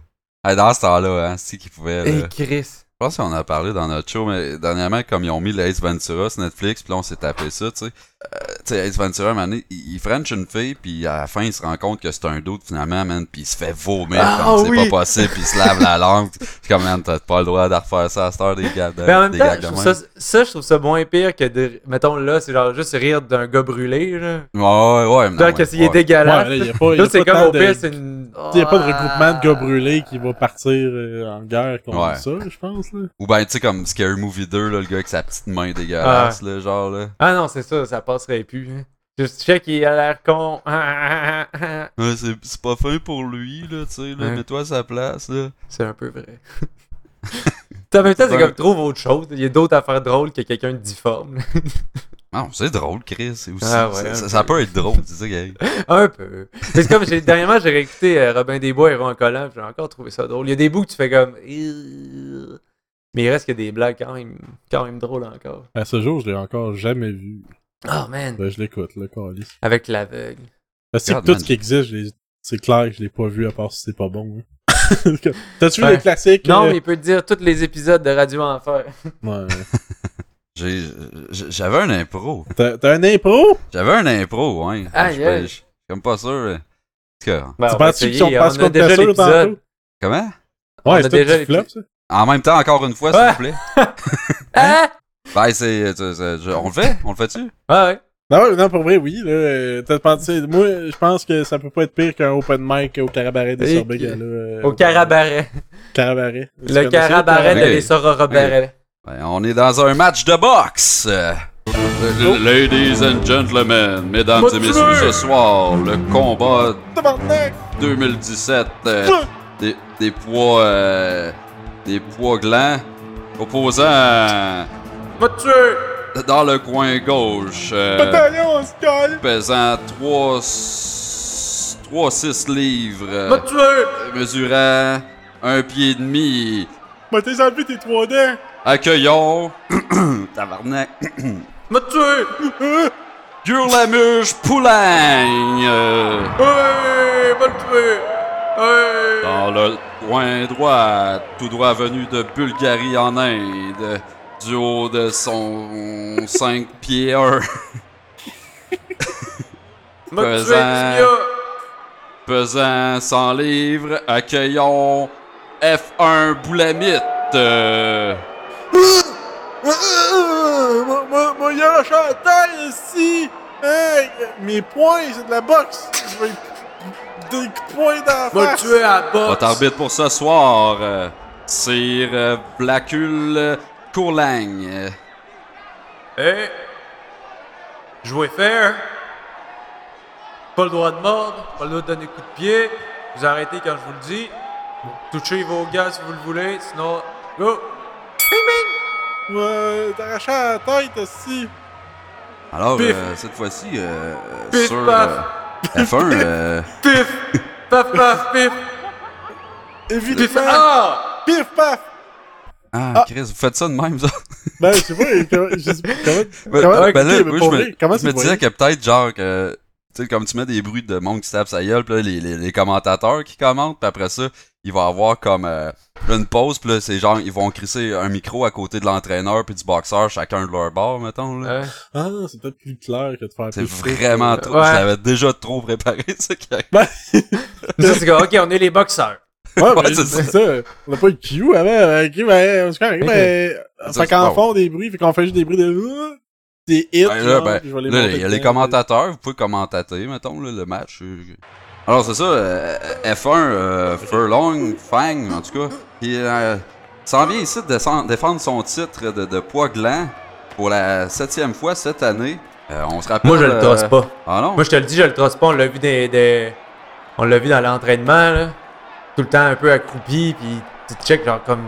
Hey, dans ce temps-là, hein, c'est qui pouvait.
Et
là.
Chris.
Je pense qu'on en a parlé dans notre show, mais dernièrement, comme ils ont mis l'Ace Ventura sur Netflix, puis là, on s'est tapé ça, tu sais. Euh, tu sais, Ace Ventura, un moment donné, il, il French une fille, puis à la fin, il se rend compte que c'est un doute, finalement, man, puis il se fait vomir,
Ah,
comme c'est
oui!
pas possible, puis il se lave la langue. C'est comme, man, t'as pas le droit de refaire ça à cette heure des gars de,
Mais en
euh,
même
des
temps,
gags de
je trouve
même.
ça, ça, je trouve ça moins pire que de. Mettons là, c'est genre juste rire d'un gars brûlé. Là.
Ouais, ouais, ouais. mais non,
Genre que
ouais,
s'il est
ouais.
Ouais,
dégueulasse.
là, y a pas, y a
là, c'est
pas
comme
tant
au
de-
pire, c'est une. Ah.
Il n'y a pas de regroupement de gars brûlés qui va partir euh, en guerre contre
Ouais.
ça, je pense. Là.
Ou ben, tu sais, comme Scary Movie 2, là, le gars avec sa petite main dégueulasse, là, genre, là.
Ah non, c'est ça, ça passerait plus. hein. Je sais qu'il a l'air con. Ah, ah, ah, ah.
Ouais, c'est c'est pas fin pour lui, là, tu sais, là,
Ouais.
mets-toi à sa place, là.
C'est un peu vrai. en même temps, c'est
Ben-
comme trouve autre chose. Il y a d'autres affaires drôles que quelqu'un de difforme. là.
Non, c'est drôle, Chris. C'est aussi,
Ah ouais,
ça-
un
ça,
peu.
ça peut être drôle, c'est ça, Gary.
un peu. C'est comme j'ai- dernièrement, j'ai réécouté euh, Robin des Bois et Ron Collant, puis j'ai encore trouvé ça drôle. Il y a des bouts que tu fais comme. Mais il reste que des blagues quand même, quand même drôles encore.
À ce jour, je l'ai encore jamais vu.
Oh man!
Ben, je l'écoute, le Carlis.
Avec l'aveugle.
Parce que
God,
tout
man.
ce qui existe, je l'ai- c'est clair que je l'ai pas vu à part si c'est pas bon. hein. T'as-tu vu
Ouais.
les classiques?
Non,
euh,
mais il peut te dire tous les épisodes de Radio Enfer.
ouais.
J'ai- j'ai- J'avais un impro.
T'as t'as un impro?
J'avais un impro, hein.
Aïe,
Je- je-
aïe.
je suis comme pas sûr. euh. En tout cas,
Ben,
Tu
on va
penses-tu
essayer,
qu'on passe
on a
contre
déjà
ta sœur
l'épisode.
tantôt?
comment?
On a
Ouais, c'est
déjà
déjà
les-
les flop, ça.
En même temps, encore une fois, s'il
Ouais.
vous plaît.
Hein?
Ben, c'est. euh, c'est- c'est- je- On le fait? On le fait-tu?
Ouais, ouais.
Non, ouais, non, pour vrai, oui. Là, euh, t'as pensé, moi, je pense que ça peut pas être pire qu'un open mic au carabaret des
Et
sorbets.
que-
gars, là, euh,
Au carabaret.
Carabaret. Tu connais ça,
Le carabaret de
Hey.
les Sora Robert.
Ben, on est dans un match de boxe! euh. Ladies and gentlemen, mesdames et messieurs, ce soir, le combat
Tabarnak!
2017 euh, des, des poids euh, des poids glands opposant euh,
Va te tuer!
dans le coin gauche euh,
Bataillon, on se calme!
pesant 3 3-6 livres euh,
Va te tuer!
mesurant un pied et demi
M'a t'es enlevé tes trois dents!
accueillons tabarnak
Va te tuer!
Gurlamuche Poulagne euh,
Ouais! Va te tuer! Ouais!
Dans le coin droit, tout droit venu de Bulgarie en Inde, du haut de son 5 pieds 1,
Va te tuer,
Pesant.
Xenia!
pesant 100 livres, accueillons F1 Boulamite. euh,
Euh, Moi, moi, moi, y'a un chanteur ici! Hey! euh, Mes poings, c'est de la boxe! Je vais des coups de poing dans la
Va te
face!
tuer à bas!
Votre arbitre pour ce soir, euh, Sir euh, Blacul Courlagne. euh,
Hé! Jouez fair! Pas le droit de mordre, pas le droit de donner coup de pied. Vous arrêtez quand je vous le dis. Touchez vos gars si vous le voulez, sinon. Go!
Ouais, t'arrachais la tête aussi!
Alors,
Pif.
euh, cette fois-ci, euh,
Pif,
sur
paf.
euh, F1, euh,
Pif! Paf paf pif! Pif!
Évidemment!
Ah!
Pif paf!
ah,
Ah.
Chris, vous faites ça de même, ça?
Ben, je sais pas, comment- je sais pas, comment.
Ben,
Comment-
ben là,
ok, mais
moi,
pour
je me,
vrai, comment
je me
c'est
disais
vrai?
que peut-être, genre, que, tu sais, comme tu mets des bruits de monde qui se tape sa gueule, pis là, les, les, les commentateurs qui commentent, pis après ça, il va avoir comme euh, une pause, pis là, c'est genre, ils vont crisser un micro à côté de l'entraîneur puis du boxeur, chacun de leur bord, mettons, là.
Ah, c'est peut-être plus clair que de faire
C'est
plus ça.
vraiment trop.
ouais.
Je l'avais déjà trop préparé, ça. qui arrive.
Ça, c'est quoi? Ok, on est les boxeurs.
Ouais,
Ouais,
mais
c'est
c'est ça. On a pas eu de Q avant. euh, Ok, ben, on se correct, mais.
Ça,
Fait
c'est
qu'en
bon.
fond, des bruits, fait qu'on fait juste des bruits de. euh, Des hits.
Ouais, là,
genre,
ben,
puis je vais
Là,
monter
il y a les
dedans.
commentateurs, vous pouvez commentater, mettons, là, le match. euh, Alors, c'est ça, euh, F1, euh, Furlong, Fang, en tout cas, qui euh, s'en vient ici de s'en- défendre son titre de, de poids gland pour la septième fois cette année. Euh, on se rappelle...
Moi, je le trosse
euh,
pas.
Ah non?
Moi, je te le dis, je le trosse pas. On l'a vu des, des- On l'a vu dans l'entraînement, là. Tout le temps un peu accroupi, puis tu te check, genre, comme.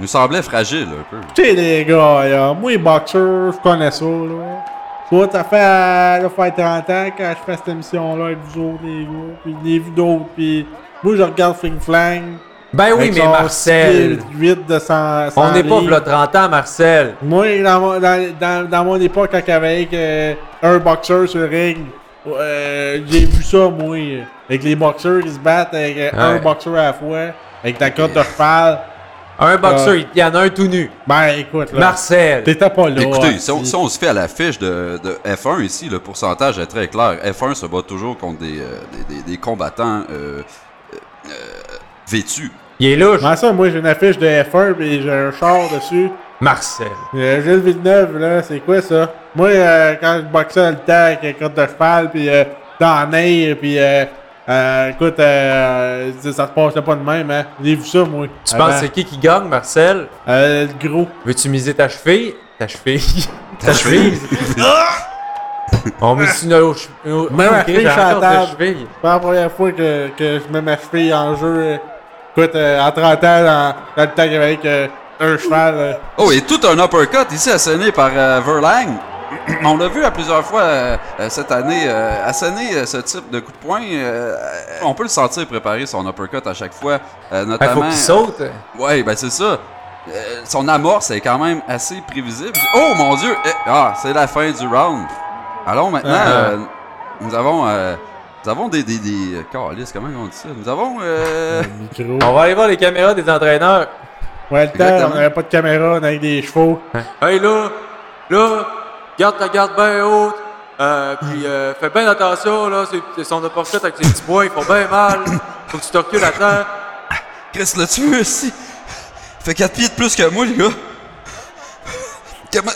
Il nous semblait fragile, un peu.
Tu sais, les gars, là, moi, boxeur, je connais ça, là. Toi, t'as fait, euh, là, faire 30 ans quand je fais cette émission-là avec vous autres, les gars. Puis les vous d'autres, puis. Moi, je regarde Fling Flang.
Ben oui, mais Marcel!
8 de 100.
On n'est pas
livres.
v'là 30 ans, Marcel!
Moi, dans, mon- dans, dans, dans mon époque, quand il y avait euh, un boxeur sur le ring, euh, j'ai vu ça, moi. euh, Avec les boxeurs qui se battent avec euh, un
Ouais.
boxeur à la fois, avec ta cote de cheval.
Un boxeur, il y en a un tout nu.
Ben, écoute, là.
Marcel!
T'étais pas là. hein.
Écoutez,
hostie.
si on, si on se fait à la fiche de, de F1 ici, le pourcentage est très clair. F1 se bat toujours contre des, euh, des, des- des combattants euh, euh, euh, vêtus.
Il est louche.
Comment ça, moi, j'ai une affiche de F1 pis j'ai un char dessus.
Marcel.
Euh, Gilles Villeneuve, là, c'est quoi ça? Moi, euh, quand je boxais le temps avec un cote de cheval pis euh, dans la neige pis euh, euh, écoute, euh, ça se passait pas de même, hein. J'ai vu ça, moi.
Tu penses que c'est qui qui gagne, Marcel?
Euh, le gros.
Veux-tu miser ta cheville? Ta cheville. ta cheville. On met sur nos cheville.
Même la fille chantable.
cheville.
C'est pas la première fois que, que je mets ma fille en jeu. euh, Écoute, euh, à 30 ans, dans, dans le temps qu'il y avait avec euh, un cheval. euh,
Oh, et tout un uppercut ici asséné par euh, Verlaine. On l'a vu à plusieurs fois euh, euh, cette année euh, asséner euh, ce type de coup de poing. euh, euh, on peut le sentir préparer son uppercut à chaque fois, euh,
Ah, faut
notamment.
qu'il saute.
ouais, ben c'est ça. euh, son amorce est quand même assez prévisible. Oh mon dieu! Eh, ah, c'est la fin du round. Allons maintenant,
Ah.
euh, nous avons... euh, nous avons des... des, des... Câlisse, comment on dit ça? Nous avons... euh,
Le micro.
On va aller voir les caméras des entraîneurs.
Ouais, le temps,
Exactement.
on avait pas de caméra, on avait des chevaux.
Hey là, là, garde ta garde bien haute. Euh, puis euh, fais bien attention, là, c'est- c'est son uppercut avec ses petits bois, ils font bien mal. Faut que tu te recules à terre.
Chris l'a tué aussi. Fait 4 pieds de plus que moi, le gars. Comment.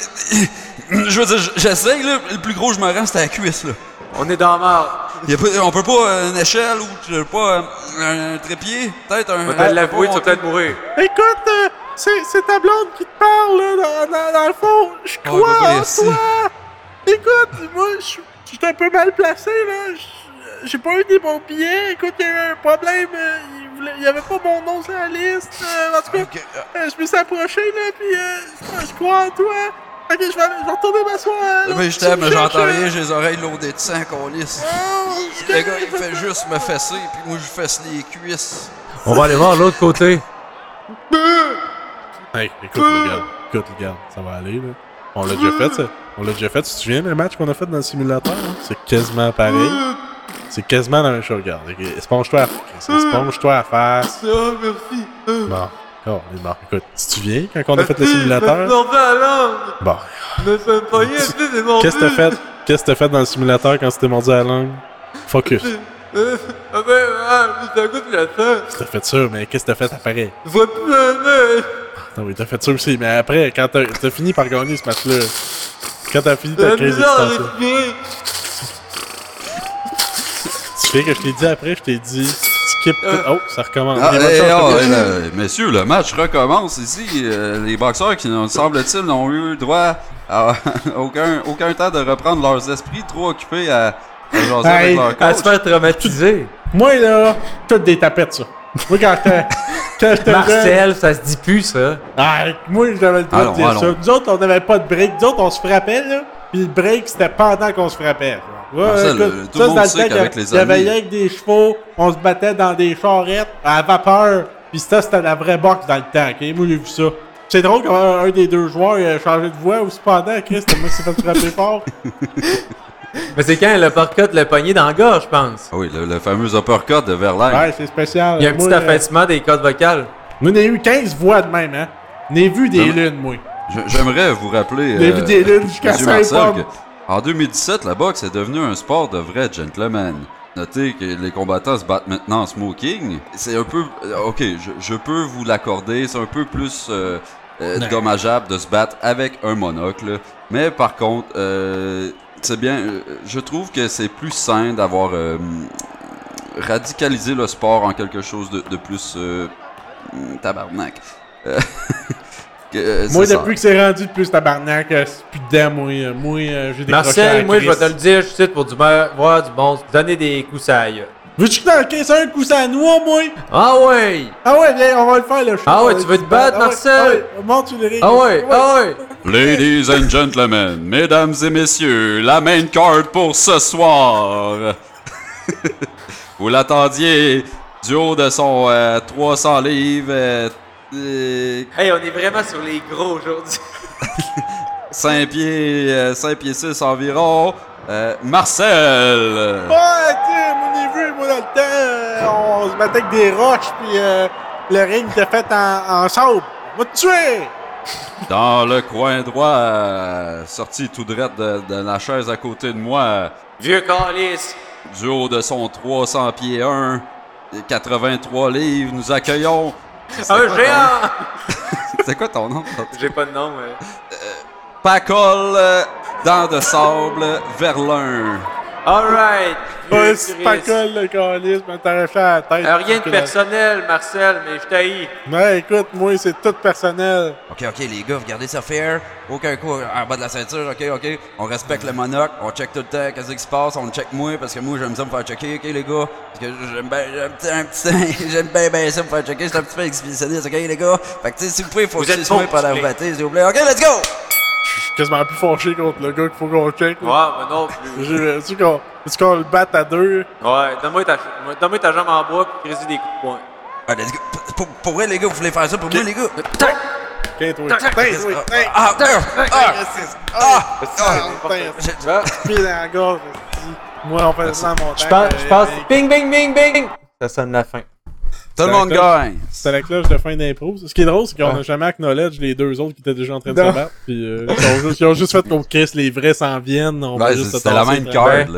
Je veux dire, j- j'essaye, là. Le plus gros, je me rends, c'était la cuisse, là.
On est dans la merde.
Y a pas- on peut pas euh, une échelle ou je sais pas euh, un trépied, peut-être un.
On va te l'avouer, tu vas peut-être mourir.
Écoute, euh, c'est c'est ta blonde qui te parle, là, dans, dans- dans le fond. Je
Oh, elle va
crois
pas
en
laisser.
toi. Écoute, moi, je suis- je suis un peu mal placé, là. Je- J'ai pas eu des bons billets. Écoute, il y a eu un problème. euh, Il, voulait- il y avait pas mon nom sur la liste. euh, en tout cas,
Ok,
euh, je me suis approché, là, puis euh, je crois en toi. Ok, je vais, aller- je vais retourner m'asseoir. à
euh,
l'autre
Mais je
petit
t'aime, mais
chef,
j'entends
euh.
rien, j'ai les oreilles loadées de sang, qu'on lisse.
Oh,
Le gars, il fait juste me fesser, puis moi, je fesse les cuisses.
On va aller voir l'autre côté.
Hey, écoute, les gars. Écoute, les gars. Ça va aller, là. On l'a déjà fait, ça. On l'a déjà fait. Tu te souviens le match qu'on a fait dans le simulateur? hein? C'est quasiment pareil. C'est quasiment la même chose, regarde. Ok, Esponge-toi à face.
Hmm.
Esponge-toi à face.
Ah, merci.
Bon. Oh, on est mort. Écoute, tu te souviens quand on a fait
Hmm.
le simulateur? Bon.
Ne hein. fais pas rien, c'est des morts.
Qu'est-ce que t'as fait? Qu'est-ce que t'as fait dans le simulateur quand c'était mordu à la langue? Focus.
Hmm.
Euh, ah ben, ah, c'est un coup de la fin.
T'as fait ça, mais qu'est-ce que t'as fait après?
Je vois plus la main.
Non, oui, t'as fait ça aussi, mais après, quand t'as t'as fini par gagner ce match-là, quand t'as fini ta
Euh,
C'est
crise
bizarre à
existentielle,
respirer.
Tu sais que je t'ai dit après, je t'ai dit skip. tout-
Euh.
Oh, ça recommence.
Ah,
Il y a bonne
eh,
chance
oh,
que-
eh, le- messieurs, le match recommence ici. Euh, les boxeurs qui, n'ont- semble-t-il, n'ont eu droit à aucun, aucun temps de reprendre leurs esprits, trop occupés à, à jaser
Hey,
avec leur
À se
coach.
faire traumatiser.
Moi là, toutes des tapettes ça. Moi quand t'es- quand j'étais jeune,
Marcel, ça se dit plus, ça.
ah, moi j'avais le droit
Allons,
de dire
allons.
ça. Nous autres, on n'avait pas de break. Nous autres, on se frappait là, puis le break c'était pendant qu'on se frappait. Ouais,
Marcel,
écoute,
Ah, le- tout le
ça, c'est
monde
dans
sait
temps qu'il y
qu'avec les
Il y avait
amis-
rien que des chevaux, on se battait dans des charrettes à vapeur, puis ça c'était la vraie boxe dans le temps. ok? Moi j'ai vu ça. C'est drôle quand un, un des deux joueurs il a changé de voix ou cependant, Chris, c'était moi qui s'est fait frapper fort.
Mais c'est quand le parcotte l'a pogné dans le gars, je pense.
Ah Oui, le, le fameux uppercut de Verlaine.
Ouais, c'est spécial.
Il y a un
Moi,
petit
euh,
affaissement des cordes vocales.
Moi, on a eu 15 voix de même, hein. On a vu des
Non.
lunes, moi.
Je- J'aimerais vous rappeler,
On a
euh,
vu des lunes jusqu'à
Monsieur
5
Marcel,
pommes.
que en 2017, la boxe est devenue un sport de vrais gentlemen. Notez que les combattants se battent maintenant en smoking. C'est un peu... euh, Ok, je, je peux vous l'accorder, c'est un peu plus euh, euh, dommageable de se battre avec un monocle. Mais par contre, euh, c'est bien... euh, Je trouve que c'est plus sain d'avoir... euh, radicalisé le sport en quelque chose de, de plus... euh, tabarnak. Euh, que, euh,
Moi,
c'est ça.
depuis que c'est rendu de plus tabarnak, euh, c'est plus dedans, moi. euh, Moi, euh, j'ai des
Marcel, moi, je vais te le dire, je suis pour du beurre, voir du bon, se donner des coups à la gueule.
Veux-tu que t'en casses un coup ça noix, moi?
Ah ouais!
Ah ouais, viens, on va le faire, là. je-
Ah ouais,
euh,
tu veux te battre,
ah ouais,
Marcel?
ah ouais, Monte le ring.
Ah ouais! Ah ouais!
Ladies and gentlemen, mesdames et messieurs, la main card pour ce soir. Vous l'attendiez du haut de son euh, 300 livres, euh, euh,
Hey, on est vraiment sur les gros aujourd'hui.
5 pieds, euh, 5 pieds 6 environ, euh,
ah
Marcel.
Ouais, tu sais, mon niveau, moi, dans le temps, euh, on se battait avec des roches, puis euh, le ring était fait en, en sable. Va te tuer!
Dans le coin droit, euh, sorti tout droit de, de la chaise à côté de moi,
Vieux calice!
du haut de son 300 pieds 1, 83 livres, nous accueillons...
Un géant!
C'est quoi ton nom?
J'ai pas de nom, hein. mais.
Pacol, euh, dents de sable, Verlun.
Alright!
Ouais,
vieux
c'est
Chris.
pas cool, le calice, mais t'arrachais la tête.
Euh, Rien de
Parce que-
personnel, Marcel, mais je t'haïs.
Ouais, écoute, moi, c'est tout personnel.
Ok, ok, les gars, vous gardez ça fair. Aucun coup en bas de la ceinture, ok, ok. On respecte le monocle, on check tout le temps qu'est-ce qui se passe, on check moi, parce que moi, j'aime ça me faire checker, ok, les gars. Parce que j'aime bien, j'aime petit- un petit- j'aime bien, bien ça me faire checker, j'étais un petit peu exhibitionniste, ok, les gars. Fait que, tu sais, s'il vous plaît, faut
Vous
que
êtes
tu sois
bons,
pendant
s'il
vous
vous plaît.
battez, s'il vous plaît. Ok, let's go!
Je suis quasiment plus fâché contre le gars qu'il faut qu'on check.
Ouais,
là.
mais non plus.
Je- Tu qu'on tu qu'on le batte à deux?
Ouais, donne-moi ta, donne ta jambe en bois pis crée des coups de poing.
Ah, let's go. Pour, pour vrai, les gars, vous voulez faire ça pour moi, les gars?
Quinze, oui. Quinze, oui. Quinze.
Ah,
Ah! Pile dans la gorge, esti. Moi, on fait ça en montagne.
Je pense, je pense,
euh,
bing, bing, bing, bing! Ça sonne la fin.
Tout le monde gagne!
C'était la cloche de fin d'impro. Ce qui est drôle, c'est qu'on n'a jamais acknowledge les deux autres qui étaient déjà en train de
Non.
se battre. Puis, euh, ils, ont juste, ils ont juste fait qu'on crisse, les vrais s'en viennent. On va
Ouais,
juste se
c'était la
tasser
même
tranquille.
carte,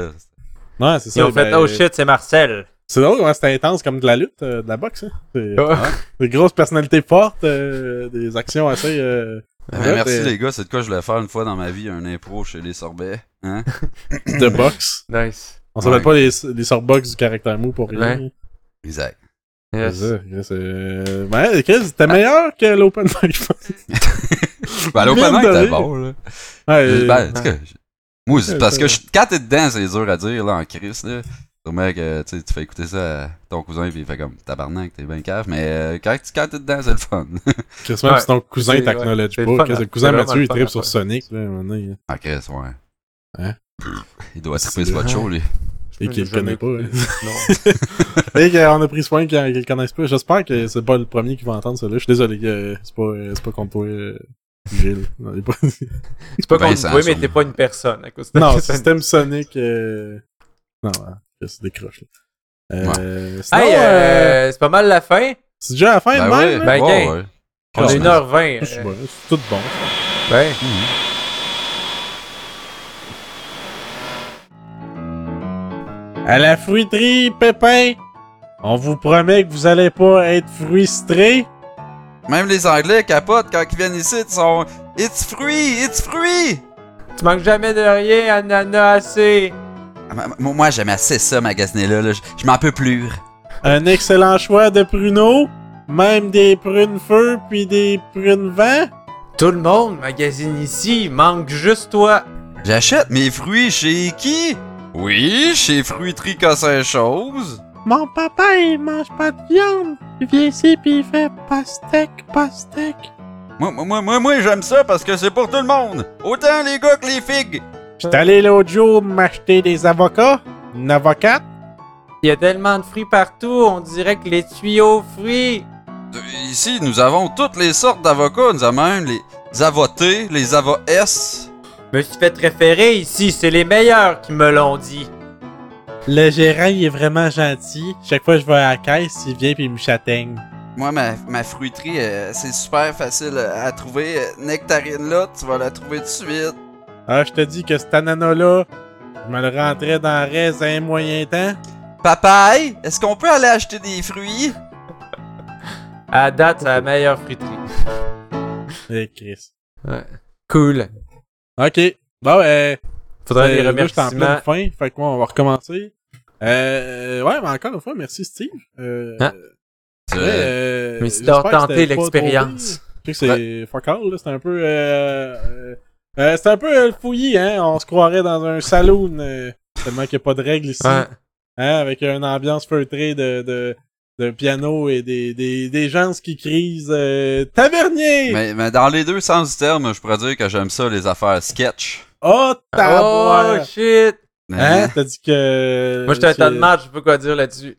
là.
Ouais, c'est ça.
Ils ont fait,
ben,
oh shit, c'est Marcel.
C'est drôle, ouais, c'était intense comme de la lutte, euh, de la boxe. Hein. C'est- Des grosses personnalités fortes, euh, des actions assez. euh,
Ben,
ouais,
merci
des-
les gars, c'est de quoi je voulais faire une fois dans ma vie, un impro chez les sorbets. Hein?
De boxe.
Nice.
On s'appelle
Ouais.
pas les, les sortbox du caractère mou pour rien.
Ouais.
Exact.
Yes. Ah.
C'est ça, Chris, euh, Ouais, Chris, c'était meilleur que l'open mic. je pense.
Ben, l'open
Mine
mic,
de
t'es
rire.
bon, là.
Ouais, euh,
Ben, en tout cas, je- moi, c'est-
Ouais,
parce
ça-
que je- quand t'es dedans, c'est dur à dire, là, en crise, là. Sûrement que, tu sais, tu fais écouter ça à ton cousin, puis il fait comme tabarnak, t'es bien cave, mais euh, quand, tu- quand t'es dedans, c'est le fun.
Chris, même
Ouais.
si ton cousin
C'est-
t'acknowledge
ouais, c'est le
pas,
fun,
Chris,
hein.
le cousin
C'est
Mathieu, il
vraiment le
tripe
fun,
sur
hein.
Sonic, là, à un moment donné,
en crise, ouais.
Hein?
Il doit
C'est
triper sur votre
vrai.
show, lui.
et qu'il le
Jamais
connaît pas.
écouté.
hein.
Non.
Et qu'on a pris soin qu'il qu'il le connaisse pas. J'espère que c'est pas le premier qui va entendre ça, là. Je suis désolé, euh, c'est pas, euh, c'est pas contre toi, euh, Gilles. Non, il est pas-
C'est pas
Ben,
qu'on
ça,
pouvait, mais
sûrement.
t'es pas une personne à cause de
Non,
ça.
système Sonic. euh, Non, hein, c'est décroche. Là. Euh, sinon,
Hey,
euh, Ah,
euh, c'est pas mal la fin.
c'est déjà à la fin
Ben
de
ouais,
même. là?
Ben,
ouais,
gang.
ouais.
On est
Ouais.
1h20.
Je sais pas, c'est tout bon.
ben.
À la fruiterie, Pépin, on vous promet que vous allez pas être frustrés.
Même les Anglais capotent quand ils viennent ici, ils sont « It's free! It's free!
Tu manques jamais de rien, ananas assez. »
Ah, ma- ma- Moi, j'aime assez ça, magasiner-là, là. Je je m'en peux plus.
Un excellent choix de pruneaux, même des prunes feu puis des prunes vent.
Tout le monde magasine ici, manque juste toi.
J'achète mes fruits chez qui? Oui, chez Fruiterie Cossin-Chose.
Mon papa, il mange pas de viande. Il vient ici pis il fait pastèque, pastèque.
Moi, moi, moi, moi, moi, j'aime ça parce que c'est pour tout le monde. Autant les gars que les figues.
J'étais allé l'autre jour m'acheter des avocats, une avocate.
Il y a tellement de fruits partout, on dirait que les tuyaux fruits.
Euh, Ici, nous avons toutes les sortes d'avocats. Nous avons même les avotés, les avots.
Me suis fait référer ici, c'est les meilleurs qui me l'ont dit.
Le gérant, il est vraiment gentil. Chaque fois que je vais à la caisse, il vient puis il me châtaigne.
Moi, ma, ma fruiterie, euh, c'est super facile à trouver. Euh, Nectarine-là, tu vas la trouver tout de suite.
Ah, je te dis que cet ananas-là, je me le rentrais dans le raisin moyen temps.
Papaye, est-ce qu'on peut aller acheter des fruits?
À date, c'est la meilleure friterie.
Eh, Chris.
Cool.
Ok. Bon, euh,
Faudrait
euh,
les
là, j'étais en
remerciements.
pleine fin. Fait que moi, on va recommencer. Euh, ouais, mais encore une fois, merci Steve. Euh,
Hein?
Tu-
ouais, euh,
Mais si t'as
j'espère que c'était
tenté
pas trop
l'expérience.
pire. Je sais que c'est fuck all, là. C'était un peu, euh, euh, euh, c'était un peu euh, le fouillis, hein. On se croirait dans un saloon, euh, tellement qu'il n'y a pas de règles ici.
Ouais. Oh,
hein, avec une ambiance feutrée de, de, de piano et des, des, des gens qui crisent euh, Tavernier!
Mais, mais dans les deux sens du terme, je pourrais dire que j'aime ça, les affaires sketch.
Oh,
Oh
taboire!
shit!
Hein? T'as dit que.
Moi, j'étais un tas
Euh,
de
que-
match, je peux quoi dire là-dessus.